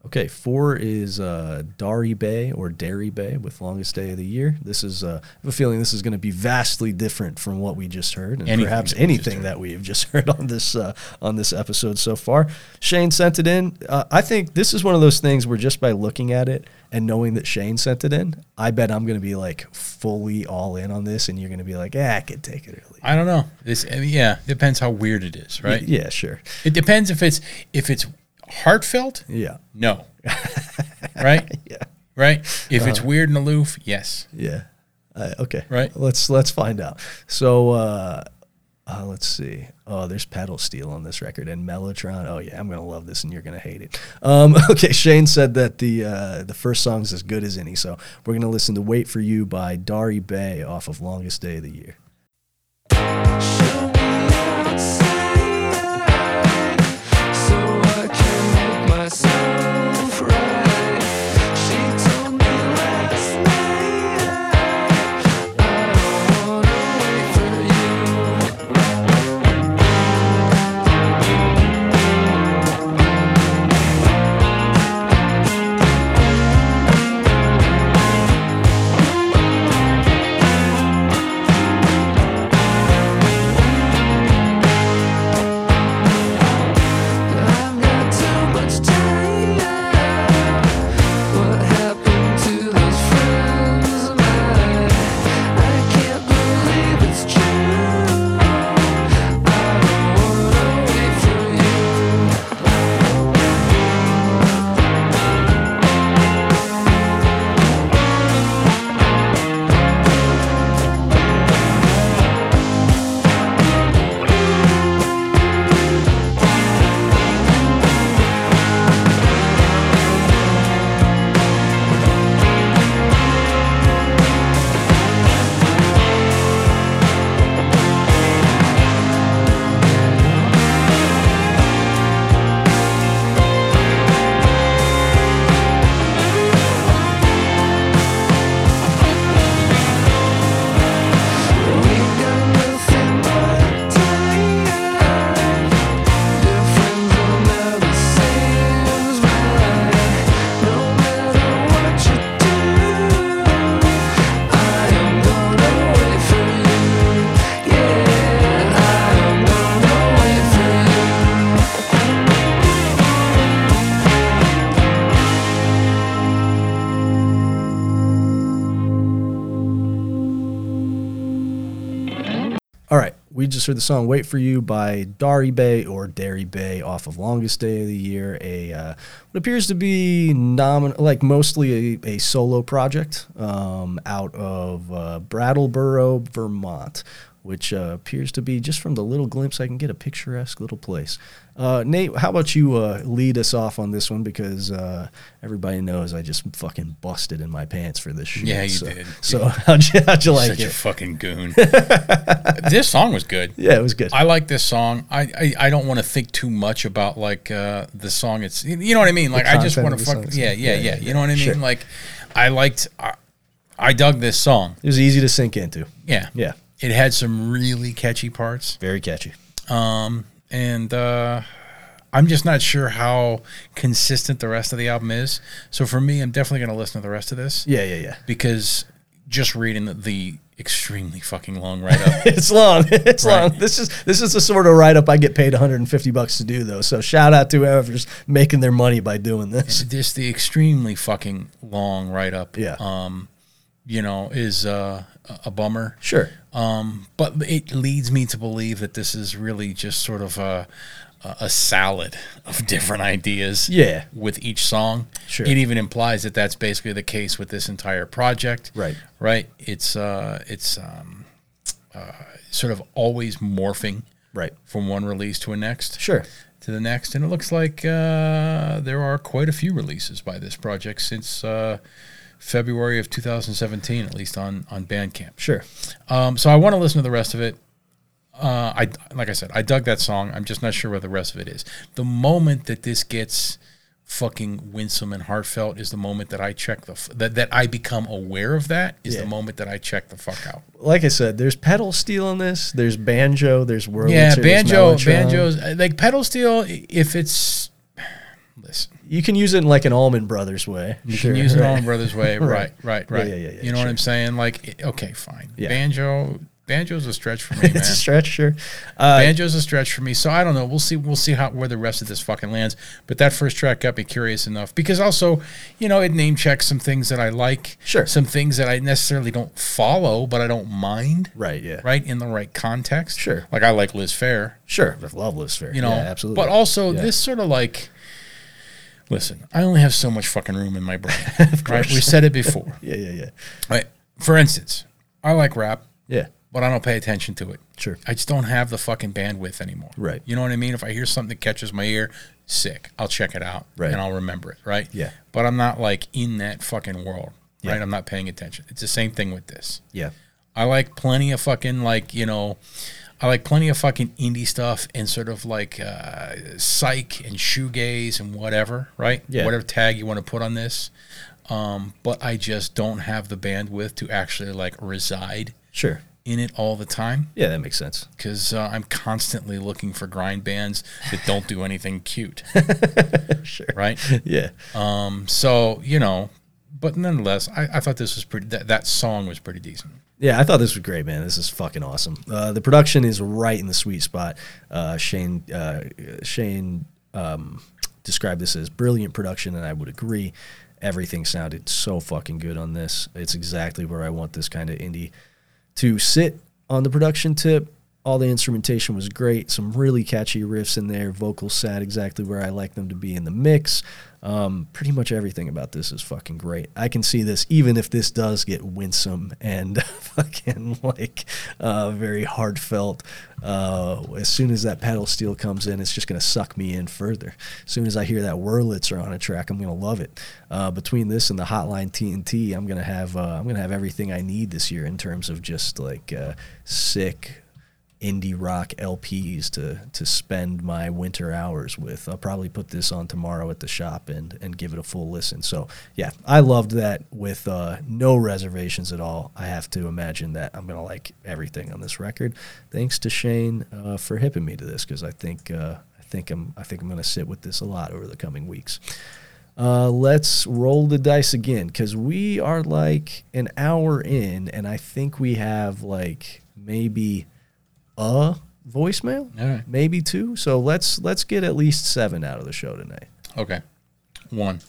Okay, four is uh, Dari Bay or Dairy Bay with longest day of the year. This is uh, I have a feeling this is going to be vastly different from what we just heard, and Anything perhaps that we just anything heard. that we have just heard on this uh, on this episode so far. Shane sent it in. Uh, I think this is one of those things where just by looking at it and knowing that Shane sent it in, I bet I'm going to be like fully all in on this, and you're going to be like, "Yeah, I could take it early." I don't know. This, I mean, yeah, depends how weird it is, right? Yeah, sure. It depends if it's if it's heartfelt. Yeah, No. right. yeah, Uh-huh. Right. If it's weird and aloof, yes. yeah. Uh, okay, Right. Let's let's find out. So. uh Uh, let's see. Oh, there's pedal steel on this record and Mellotron. Oh yeah, I'm gonna love this and you're gonna hate it. Um, okay, Shane said that the uh, the first song's as good as any, so we're gonna listen to "Wait for You" by Dari Bay off of Longest Day of the Year. All right, we just heard the song "Wait for You" by Dari Bay or Dairy Bay off of Longest Day of the Year, a uh, what appears to be nomin- like mostly a, a solo project um, out of uh, Brattleboro, Vermont. which uh, appears to be just from the little glimpse I can get a picturesque little place. Uh, Nate, how about you uh, lead us off on this one because uh, everybody knows I just fucking busted in my pants for this shit. Yeah, you so, did. So how'd you, how'd you like Such a it? fucking goon. this song was good. Yeah, it was good. I like this song. I, I, I don't want to think too much about like uh, the song. It's you know what I mean. Like I just content want of to the fuck. song. Yeah, yeah, yeah, You know what I mean. Sure. Like I liked. I, I dug this song. it was easy to sink into. Yeah, Yeah, It had some really catchy parts, very catchy. and uh, I'm just not sure how consistent the rest of the album is. So for me, I'm definitely going to listen to the rest of this Yeah, yeah, yeah. because just reading the, the extremely fucking long write up It's long. It's Right. long. This is this is the sort of write up I get paid 150 bucks to do though. So shout out to whoever's making their money by doing this. this the extremely fucking long write up Yeah. um you know is uh, a- a bummer Sure. um but it leads me to believe that this is really just sort of a a a salad of different ideas Yeah. with each song Sure. it even implies that that's basically the case with this entire project Right. right it's uh it's um uh, sort of always morphing Right. from one release to a next Sure. to the next, and it looks like uh, there are quite a few releases by this project since uh, February of 2017, at least on on Bandcamp. Sure. Um, so I want to listen to the rest of it. Uh, I like I said, I dug that song. I'm just not sure where the rest of it is. The moment that this gets fucking winsome and heartfelt is the moment that I check the f- that that I become aware of that is Yeah. the moment that I check the fuck out. Like I said, there's pedal steel in this. There's banjo. There's Wurlitzer. Yeah, there's banjo, Mellotron. banjos uh, like pedal steel. i- If it's listen. You can use it in like an Allman Brothers way. You can use it all in Brothers Way. Right. right, right, right. Yeah, yeah, yeah, yeah, you know sure. what I'm saying? Like, it- okay, fine. Yeah. Banjo, banjo's a stretch for me, man. it's a stretch, sure. Uh, banjo's a stretch for me. So I don't know. We'll see. We'll see how where the rest of this fucking lands. But that first track got me curious enough because also, you know, it name checks some things that I like. Sure. Some things that I necessarily don't follow, but I don't mind. right. Yeah. Right in the right context. Sure. Like I like Liz Fair Sure. With Love Lives Fair. you know Yeah, absolutely. but also Yeah. this sort of like listen i only have so much fucking room in my brain right we said it before Yeah, yeah, yeah. right for instance i like rap Yeah. but i don't pay attention to it Sure. i just don't have the fucking bandwidth anymore Right. you know what i mean if i hear something that catches my ear sick i'll check it out Right. and i'll remember it right Yeah. but i'm not like in that fucking world Yeah. right i'm not paying attention it's the same thing with this Yeah. I like plenty of fucking like you know, I like plenty of fucking indie stuff and sort of like uh, psych and shoegaze and whatever, right? Yeah. Whatever tag you want to put on this, um, but I just don't have the bandwidth to actually like reside Sure. in it all the time Yeah, that makes sense. because uh, I'm constantly looking for grind bands that don't do anything cute, Sure. right? Yeah. Um, so you know, but nonetheless, I, I thought this was pretty. That, that song was pretty decent. Yeah, I thought this was great, man. This is fucking awesome. Uh, the production is right in the sweet spot. Uh, Shane uh, Shane um, described this as brilliant production, and I would agree. Everything sounded so fucking good on this. It's exactly where I want this kind of indie to sit on the production tip. All the instrumentation was great. Some really catchy riffs in there. Vocals sat exactly where I like them to be in the mix. Um, pretty much everything about this is fucking great. I can see this, even if this does get winsome and fucking like uh, very heartfelt. Uh, as soon as that pedal steel comes in, it's just gonna suck me in further. As soon as I hear that Wurlitzer on a track, I'm gonna love it. Uh, between this and the Hotline TNT, I'm gonna have uh, I'm gonna have everything I need this year in terms of just like uh, sick indie rock LPs to to spend my winter hours with. I'll probably put this on tomorrow at the shop and and give it a full listen. So yeah, I loved that with uh, no reservations at all. I have to imagine that I'm gonna like everything on this record. Thanks to Shane uh, for hipping me to this because I think uh, I think I'm I think I'm gonna sit with this a lot over the coming weeks. Uh, let's roll the dice again because we are like an hour in, and I think we have like maybe a voicemail, All right. maybe two. So let's let's get at least seven out of the show tonight. Okay, one.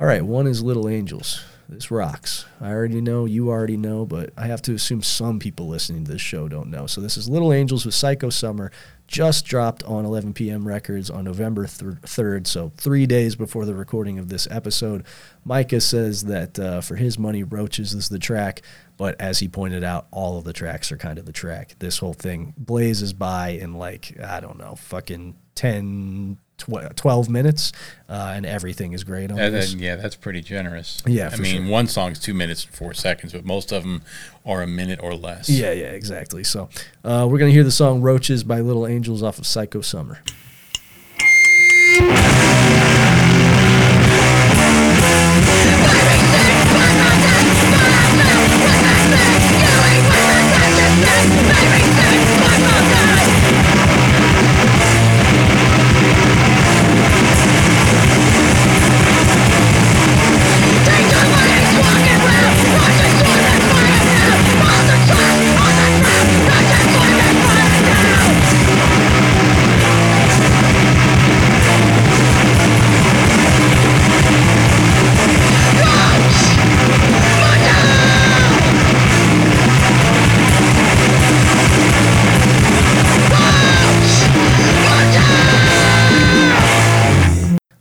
All right, one is Little Angels. This rocks. I already know, you already know, but I have to assume some people listening to this show don't know. So this is Little Angels with Psycho Summer, just dropped on 11 p.m. Records on November thir- 3rd, so three days before the recording of this episode. Micah says that uh, for his money, Roaches is the track, but as he pointed out, all of the tracks are kind of the track. This whole thing blazes by in like, I don't know, fucking 10, tw- 12 minutes, uh, and everything is great on And this. then, yeah, that's pretty generous. Yeah, I for mean, sure. one song's two minutes and four seconds, but most of them are a minute or less. Yeah, yeah, exactly. So uh, we're going to hear the song Roaches by Little Angels off of Psycho Summer.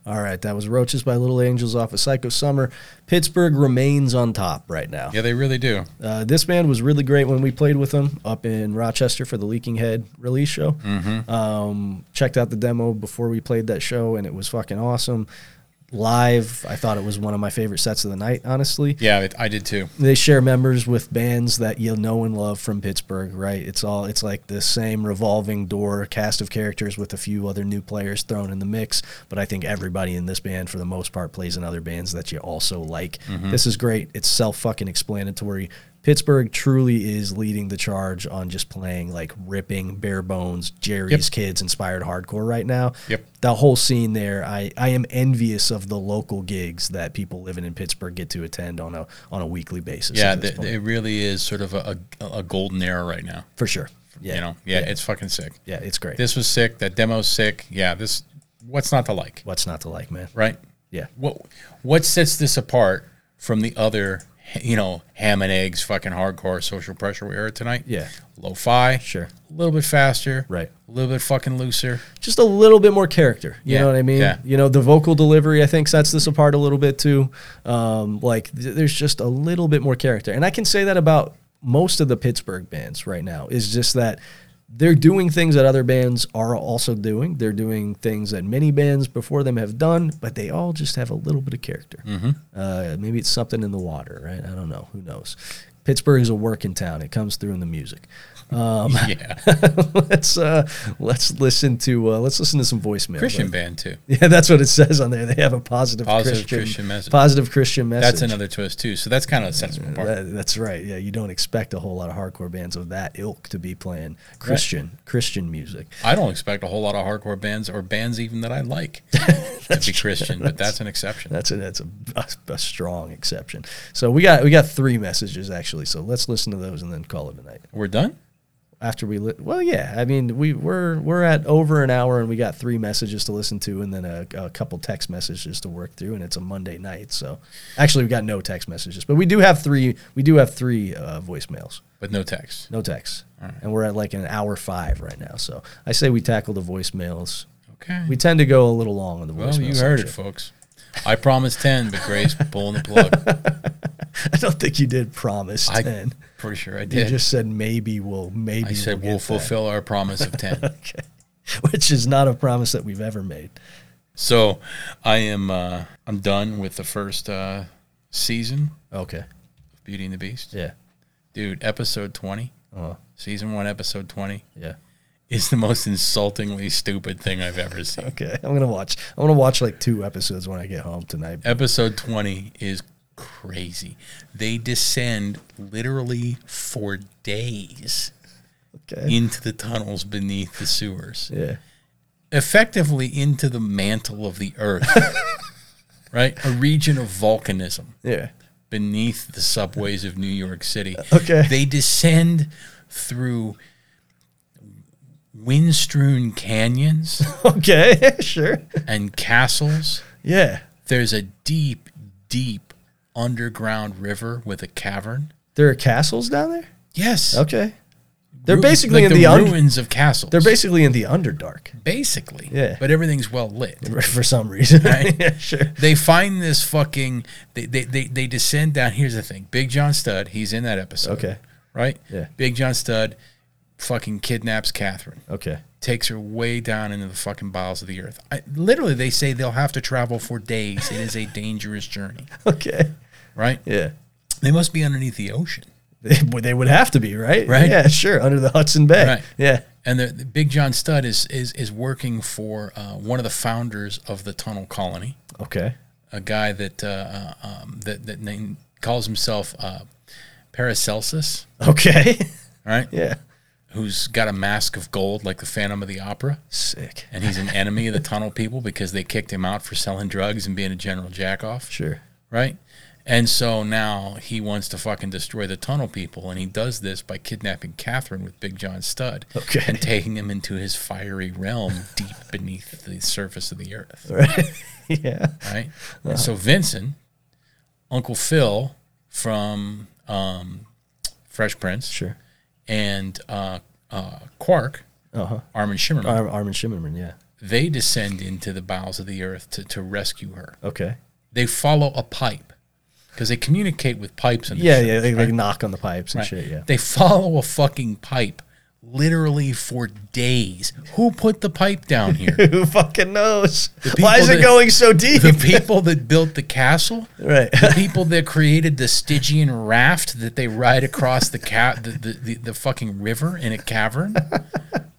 All right, that was Roaches by Little Angels off of Psycho Summer. Pittsburgh remains on top right now. Yeah, they really do. Uh, this band was really great when we played with them up in Rochester for the Leaking Head release show. Um, checked out the demo before we played that show, and it was fucking awesome. Live, I thought it was one of my favorite sets of the night, honestly. Yeah, it, I did too. they share members with bands that you know and love from Pittsburgh, right? It's all it's like the same revolving door cast of characters with a few other new players thrown in the mix, but I think everybody in this band for the most part plays in other bands that you also like. This is great. It's self fucking explanatory. Pittsburgh truly is leading the charge on just playing like ripping bare bones Jerry's kids inspired hardcore right now Yep. the whole scene there. I, I am envious of the local gigs that people living in Pittsburgh get to attend on a on a weekly basis. Yeah, at this th- point. it really is sort of a, a, a golden era right now. for sure. Yeah, You know, yeah, it's fucking sick. yeah, it's great. This was sick. That demo's sick. Yeah, this. What's not to like, What's not to like, man? right? Yeah, What What sets this apart from the other, you know, ham and eggs, fucking hardcore social pressure we heard tonight? Yeah. lo-fi, Sure. a little bit faster, Right. A little bit fucking looser. just a little bit more character. You Yeah, know what I mean? yeah. You know, the vocal delivery I think sets this apart a little bit too. Um, like th- there's just a little bit more character, and I can say that about most of the Pittsburgh bands right now. Is just that they're doing things that other bands are also doing. They're doing things that many bands before them have done, but they all just have a little bit of character. Mm-hmm. Uh, maybe it's something in the water, right? I don't know. Who knows? Pittsburgh is a working town. It comes through in the music. Um, Yeah, let's uh, let's listen to uh, let's listen to some voicemail. Christian band too. Yeah, that's what it says on there. They have a positive, Positive Christian, Christian message. Positive Christian message. That's another twist too. So that's kind of sets them apart. That- that's right. Yeah, you don't expect a whole lot of hardcore bands of that ilk to be playing Christian Christian music. I don't expect a whole lot of hardcore bands or bands even that I like to be Christian, but that's an exception. That's a, that's a, a, strong exception. So we got we got three messages actually. So let's listen to those and then call it a night. We're done. After we li- well, yeah. I mean, we we're we're at over an hour and we got three messages to listen to and then a, a couple text messages to work through and it's a Monday night. So actually, we got no text messages, but we do have three. We do have three uh, voicemails. But no text. No text. And we're at like an hour five right now. So I say we tackle the voicemails. Okay. We tend to go a little long on the well, voicemails. you heard it, section. folks. I promised ten, but Grace pulling the plug. I don't think you did promise I 10. pretty sure I You did. just said maybe we'll, maybe I said we'll, we'll get that," fulfill our promise of ten. Which is not a promise that we've ever made. so I am. Uh, I'm done with the first uh, season Okay. of Beauty and the Beast, Yeah. dude. Episode twenty, Uh, season one, episode twenty. yeah. is the most insultingly stupid thing I've ever seen. Okay. I'm going to watch. I'm going to watch like two episodes when I get home tonight. Episode 20 is crazy. They descend literally for days Okay. into the tunnels beneath the sewers, Yeah. effectively into the mantle of the earth, right? A region of volcanism Yeah. beneath the subways of New York City. Okay. They descend through wind strewn canyons Okay. sure. and castles. Yeah. there's a deep, deep underground river with a cavern. There are castles down there. Yes. Okay, they're Ru- basically like in the, un- ruins of castles. they're basically in the underdark basically. Yeah. But everything's well lit. for some reason. Right. yeah, sure. They find this fucking. They, they they they descend down. Here's the thing. Big John Stud. He's in that episode. Okay. Right. Yeah. Big John Stud, fucking kidnaps Catherine. Okay. takes her way down into the fucking bowels of the earth. I, literally, they say they'll have to travel for days. It is a dangerous journey, Okay. right? Yeah. They must be underneath the ocean. They, they would have to be right. Right. Yeah. Sure. Under the Hudson Bay. Right. Yeah. And the, the Big John Stud is is is working for uh, one of the founders of the Tunnel Colony, Okay. a guy that uh, uh, um, that that name, calls himself uh, Paracelsus, Okay. right? yeah. Who's got a mask of gold like the Phantom of the Opera, Sick. and he's an enemy of the Tunnel people because they kicked him out for selling drugs and being a general jackoff. Sure. right? And so now he wants to fucking destroy the tunnel people, and he does this by kidnapping Catherine with Big John Stud Okay. and taking him into his fiery realm deep beneath the surface of the earth, Right. yeah. right? And so Vincent, Uncle Phil from um, Fresh Prince, Sure. and uh, uh, Quark, Uh huh. Armin Shimmerman, Ar- Armin Shimmerman. Yeah. they descend into the bowels of the earth to, to rescue her. Okay. They follow a pipe because they communicate with pipes. And Yeah. shit, Yeah. They right? like knock on the pipes and Right. shit. Yeah. They follow a fucking pipe literally for days. Who put the pipe down here? Who fucking knows? people Why is it that- going so deep? the people that built the castle, right. the people that created the Stygian raft that they ride across the ca- the, the, the, the fucking river in a cavern,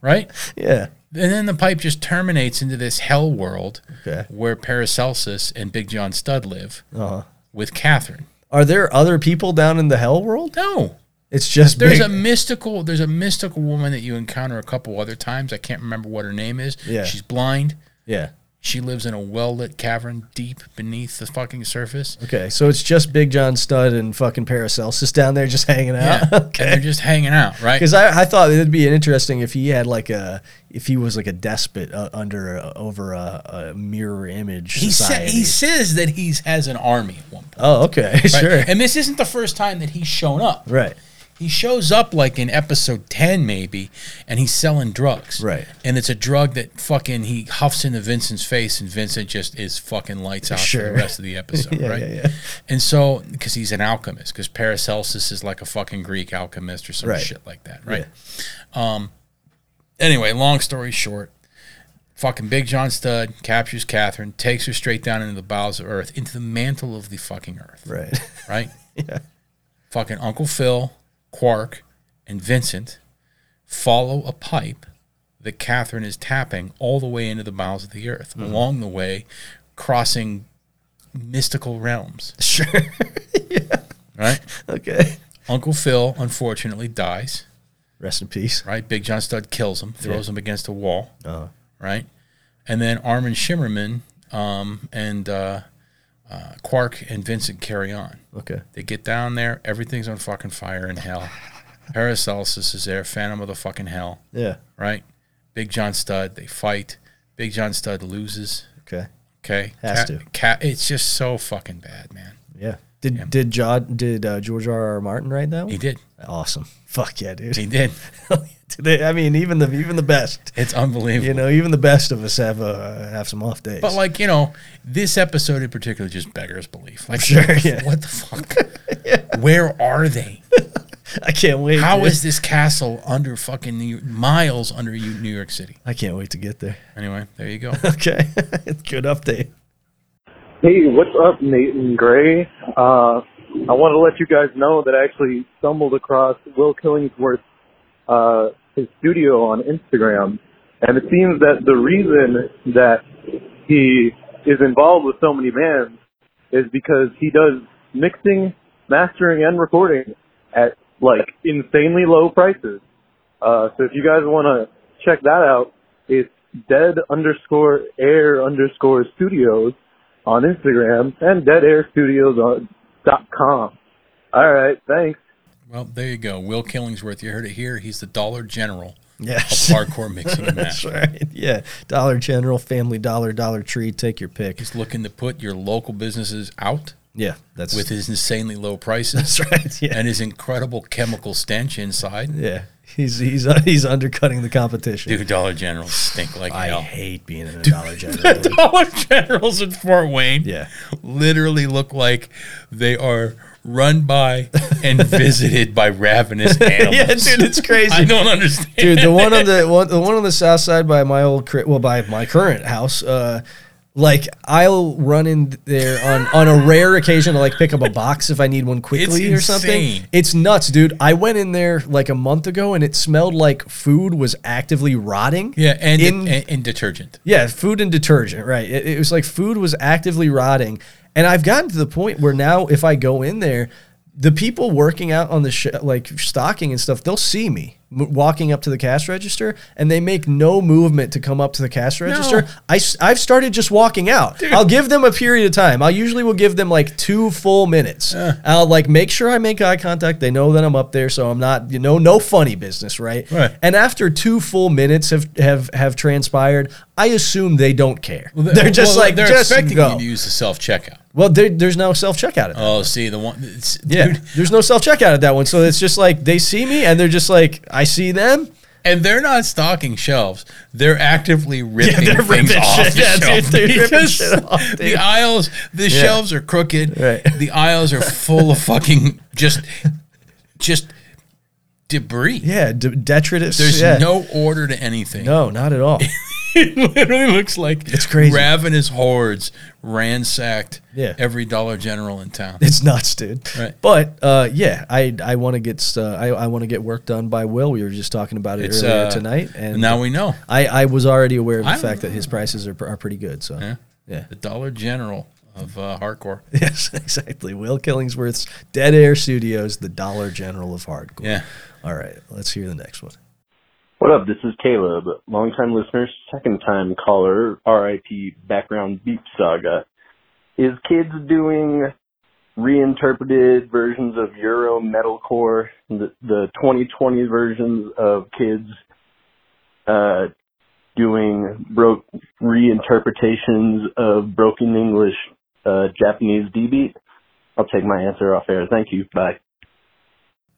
right? yeah. And then the pipe just terminates into this hell world Okay. where Paracelsus and Big John Stud live Uh huh. with Catherine. Are there other people down in the hell world? No. It's just There's big- a mystical. There's a mystical woman that you encounter a couple other times. I can't remember what her name is. Yeah. She's blind. yeah. She lives in a well lit cavern deep beneath the fucking surface. Okay, so it's just Big John Stud and fucking Paracelsus down there just hanging out. Yeah. And they're okay. just hanging out, right? Because I, I thought it'd be interesting if he had like a if he was like a despot uh, under uh, over a, a mirror image He sa- society. he says that he has an army at one point. oh, okay, right? sure, And this isn't the first time that he's shown up. right, He shows up like in episode 10, maybe, and he's selling drugs. Right. And it's a drug that fucking he huffs into Vincent's face, and Vincent just is fucking lights out for Sure. the rest of the episode. Yeah, right. yeah, yeah. And so, because he's an alchemist, because Paracelsus is like a fucking Greek alchemist or some Right. shit like that. Right. Um, anyway, long story short, fucking Big John Stud captures Catherine, takes her straight down into the bowels of Earth, into the mantle of the fucking Earth right, right? yeah. Fucking Uncle Phil, Quark, and Vincent follow a pipe that Catherine is tapping all the way into the bowels of the earth. Along the way, crossing mystical realms, sure, right? okay. Uncle Phil unfortunately dies, Rest in peace. right? Big John Stud kills him, throws him against a wall, Uh, right? And then Armin Shimmerman um, and uh, uh, Quark and Vincent carry on. okay, They get down there, everything's on fucking fire in hell. Paracelsus is there, Phantom of the fucking hell, yeah, right? Big John Stud, they fight. Big John Stud loses. okay, Okay, Has Cat, to. Cat, it's just so fucking bad, man. yeah. Did did Jod did uh, George R. R. Martin write that one? He did, Awesome. Fuck yeah, dude. he did. Today, I mean, even the even the best, It's unbelievable. you know, even the best of us have uh, have some off days. but like you know, this episode in particular just beggars belief. Like, Sure, what, the- yeah. what the fuck? Where are they? I can't wait. How dude. is this castle under fucking New- miles under you- New York City? I can't wait to get there. Anyway, there you go. Okay. Good update. Hey, what's up, Nathan Gray? Uh, I want to let you guys know that I actually stumbled across Will Killingsworth, uh, his studio on Instagram, and it seems that the reason that he is involved with so many bands is because he does mixing, mastering, and recording at like insanely low prices. Uh, so if you guys want to check that out, it's dead underscore air underscore studios on Instagram and deadairstudios.com. All right, thanks. Well, there you go. Will Killingsworth, you heard it here. He's the dollar general Yes. of hardcore mixing and That's mastering. right. Yeah. Dollar General, Family Dollar, Dollar Tree, take your pick. He's looking to put your local businesses out Yeah, that's with his insanely low prices that's right. Yeah, and his incredible chemical stench inside. yeah. He's he's uh, he's undercutting the competition. Dude, Dollar Generals stink like I hell. hate being in a Dollar The General. Dollar Generals in Fort Wayne yeah, literally look like they are run by and visited by ravenous animals. yeah, dude, it's crazy. I don't understand. dude the one on the one, the one on the south side by my old cri- well by my current house uh like I'll run in there on on a rare occasion to like pick up a box if I need one quickly or something. insane. It's nuts, dude. I went in there like a month ago and it smelled like food was actively rotting. yeah, and, in and and detergent. yeah, food and detergent, right? It, it was like food was actively rotting, and I've gotten to the point where now if I go in there, the people working out on the sh- like stocking and stuff, they'll see me m- walking up to the cash register, and they make no movement to come up to the cash register. I have started just walking out. I'll give them a period of time. I usually will give them like two full minutes. I'll like make sure I make eye contact. They know that I'm up there, so I'm not you know no funny business, right? Right. And after two full minutes have have have transpired, I assume they don't care. Well, they're just well, like they're just expecting go. you to use the self checkout. well, there, there's no self checkout at that. Oh, see the one. It's, yeah, dude, there's no self checkout at that one. So it's just like they see me and they're just like I see them. and they're not stocking shelves; they're actively ripping they're things ripping off shit. the Yeah, dude, shelf. they're ripping because shit off, dude. the aisles, the shelves are crooked. Right. The aisles are full of fucking just, just debris. Yeah, d- detritus. There's yeah. no order to anything. no, not at all. It literally looks like It's crazy. Ravenous hordes ransacked Yeah. every Dollar General in town. It's nuts, dude. Right. But uh, yeah, I I want to get uh, I, I want to get work done by Will. We were just talking about it It's, earlier uh, tonight, and now we know I I was already aware of the I'm- fact that his prices are, pr- are pretty good. So Yeah. yeah. the Dollar General of uh, hardcore. Yes, exactly. Will Killingsworth's Dead Air Studios, the Dollar General of Hardcore. Yeah. All right, let's hear the next one. What up? This is Caleb, longtime listener, second time caller, RIP background beep saga. Is kids doing reinterpreted versions of Euro metalcore, the, the 2020 versions of kids uh, doing bro- reinterpretations of broken English uh, Japanese D beat? I'll take my answer off air. Thank you. Bye.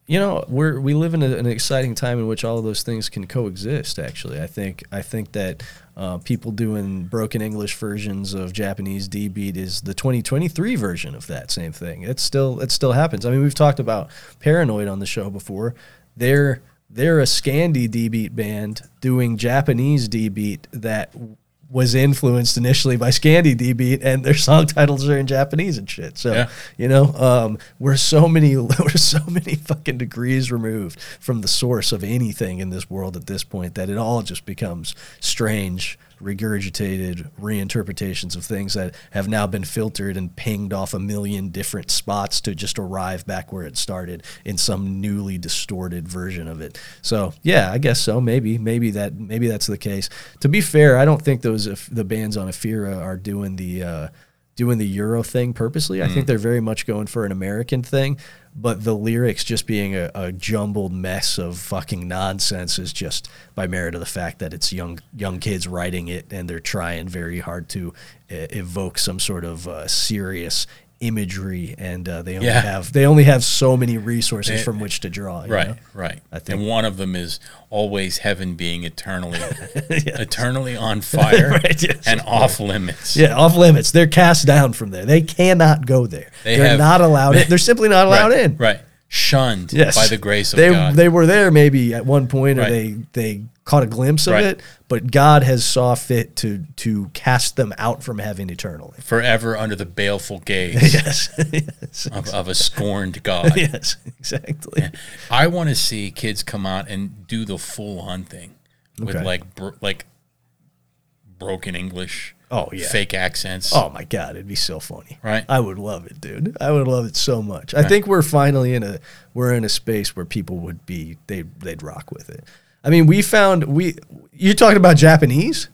You know, we're we live in a, an exciting time in which all of those things can coexist. Actually, I think I think that uh, people doing broken English versions of Japanese D beat is the 2023 version of that same thing. It's still it still happens. I mean, we've talked about Paranoid on the show before. They're they're a Scandi D beat band doing Japanese D beat that was influenced initially by Scandi D beat and their song titles are in Japanese and shit. So Yeah. you know, um, we're so many we're so many fucking degrees removed from the source of anything in this world at this point that it all just becomes strange, regurgitated reinterpretations of things that have now been filtered and pinged off a million different spots to just arrive back where it started in some newly distorted version of it. So yeah, I guess so. Maybe maybe that maybe that's the case. To be fair, I don't think those the bands on Afira are doing the uh, doing the Euro thing purposely. I Mm. think they're very much going for an American thing, but the lyrics just being a, a jumbled mess of fucking nonsense is just by merit of the fact that it's young young kids writing it and they're trying very hard to uh, evoke some sort of uh, serious imagery and uh, they only Yeah. have they only have so many resources They- from which to draw. you Right, know? right. I think- and one of them is always heaven being eternally, eternally on fire Right, yes. and off limits. Yeah, off limits. They're cast down from there. They cannot go there. They They are have- not allowed in. They're simply not allowed right, in. Right, shunned Yes. by the grace of they, God. They were there maybe at one point, or Right. they they caught a glimpse of Right. it. But God has saw fit to to cast them out from heaven eternally. Forever under the baleful gaze Yes, yes, of, of a scorned God. yes, exactly. I want to see kids come out and do the full on thing with Okay. like bro- like broken English, Oh, yeah. fake accents. Oh my God, it'd be so funny. Right. I would love it, dude. I would love it so much. I think we're finally in a we're in a space where people would be they they'd rock with it. I mean, we found we you're talking about Japanese.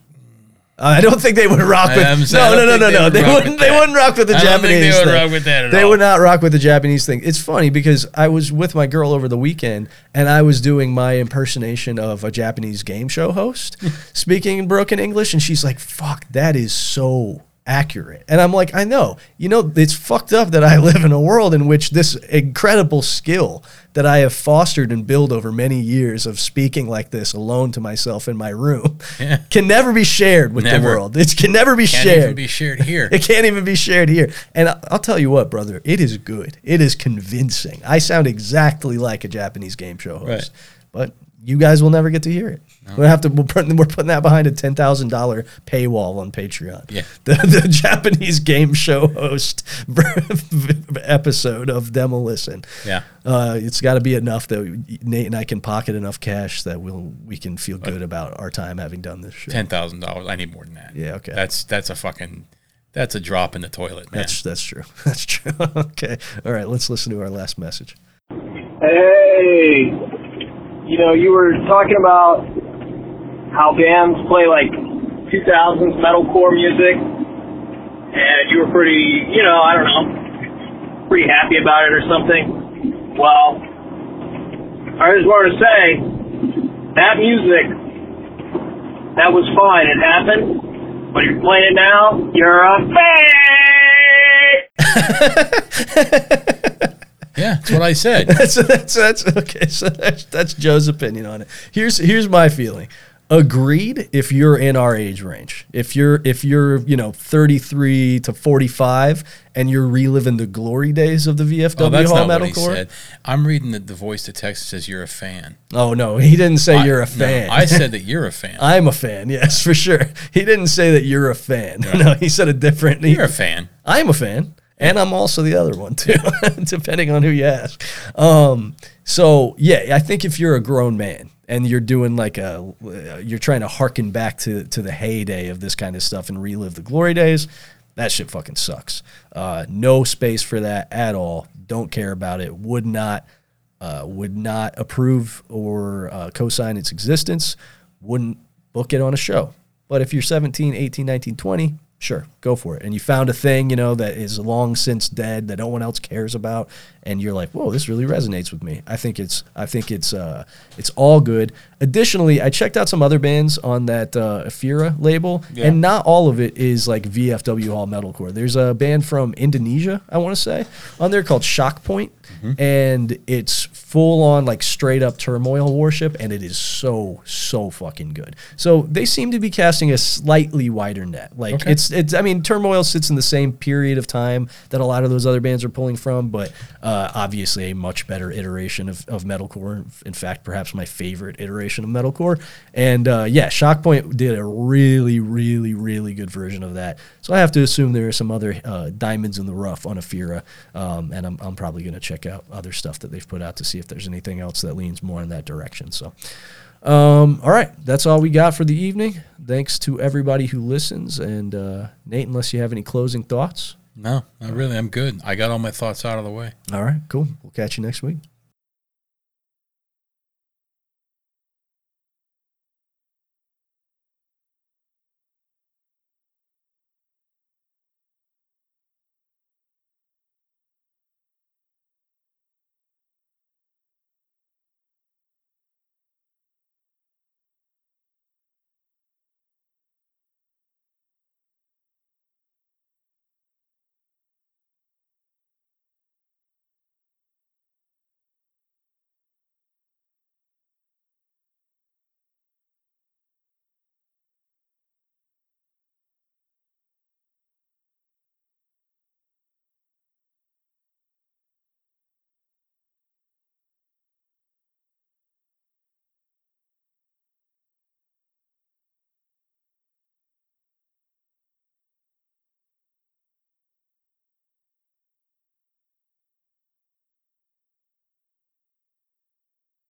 I don't think they would rock I with am saying- I no no no don't no think they no would they rock with wouldn't they that. wouldn't rock with the I don't think they Japanese would thing. rock with that at They all. would not rock with the Japanese thing. It's funny because I was with my girl over the weekend and I was doing my impersonation of a Japanese game show host, speaking in broken English, and she's like, "Fuck, that is so accurate. And I'm like, I know, you know, it's fucked up that I live in a world in which this incredible skill that I have fostered and built over many years of speaking like this alone to myself in my room Yeah. can never be shared with the Never. world. It can never be Can't shared. even be shared here. It can't even be shared here. And I- I'll tell you what, brother, it is good. It is convincing. I sound exactly like a Japanese game show host, Right. but you guys will never get to hear it. We'll have to. We're putting, we're putting that behind a ten thousand dollar paywall on Patreon. Yeah. the, the Japanese game show host episode of Demolition. Yeah. uh, it's got to be enough that Nate and I can pocket enough cash that we'll we can feel good about our time having done this show. Ten thousand dollars. I need more than that. Yeah, okay. That's that's a fucking that's a drop in the toilet, man. That's that's true. That's true. okay. All right. Let's listen to our last message. Hey, you know, you were talking about how bands play like 2000s metalcore music, and you were pretty, you know, I don't know, pretty happy about it or something. Well, I just wanted to say that music, that was fine. It happened, but you're playing it now, you're a fake. yeah, that's what I said. That's that's that's okay. So that's, that's Joe's opinion on it. Here's here's my feeling. Agreed. If you're in our age range, if you're if you're you know 33 to 45, and you're reliving the glory days of the VFW Oh, that's Hall not what he Metalcore. said. I'm reading the, the voice to text that says you're a fan. Oh no, he didn't say I- you're no, a fan. I said that you're a fan. I'm a fan. Yes, for sure. He didn't say that you're a fan. No, he said a different. he- you're a fan. I'm a fan, and I'm also the other one too, depending on who you ask. Um, so yeah, I think if you're a grown man and you're doing like a, uh, you're trying to harken back to to the heyday of this kind of stuff and relive the glory days, that shit fucking sucks. Uh, no space for that at all. Don't care about it. Would not. Uh, would not approve or uh, co-sign its existence wouldn't book it on a show. But if you're 17, 18, 19, 20, sure, go for it. And you found a thing, you know, that is long since dead that no one else cares about, and you're like, whoa, this really resonates with me. I think it's, I think it's, uh, it's all good. Additionally, I checked out some other bands on that uh, Ephira label, and not all of it is like VFW Hall metalcore. There's a band from Indonesia, I want to say, on there called Shock Point, and it's full on like straight up turmoil worship, and it is so so fucking good. So they seem to be casting a slightly wider net. Like Okay. it's it's I mean turmoil sits in the same period of time that a lot of those other bands are pulling from, but uh, obviously a much better iteration of, of metalcore. In fact, perhaps my favorite iteration of metalcore. And uh, yeah, Shockpoint did a really really really good version of that. So I have to assume there are some other uh, diamonds in the rough on Afira, um, and I'm I'm probably going to check out other stuff that they've put out to see if there's anything else that leans more in that direction. So. Um, all right, that's all we got for the evening. Thanks to everybody who listens. And uh, Nate, unless you have any closing thoughts. No, not really. I'm good. I got all my thoughts out of the way. All right, cool. We'll catch you next week.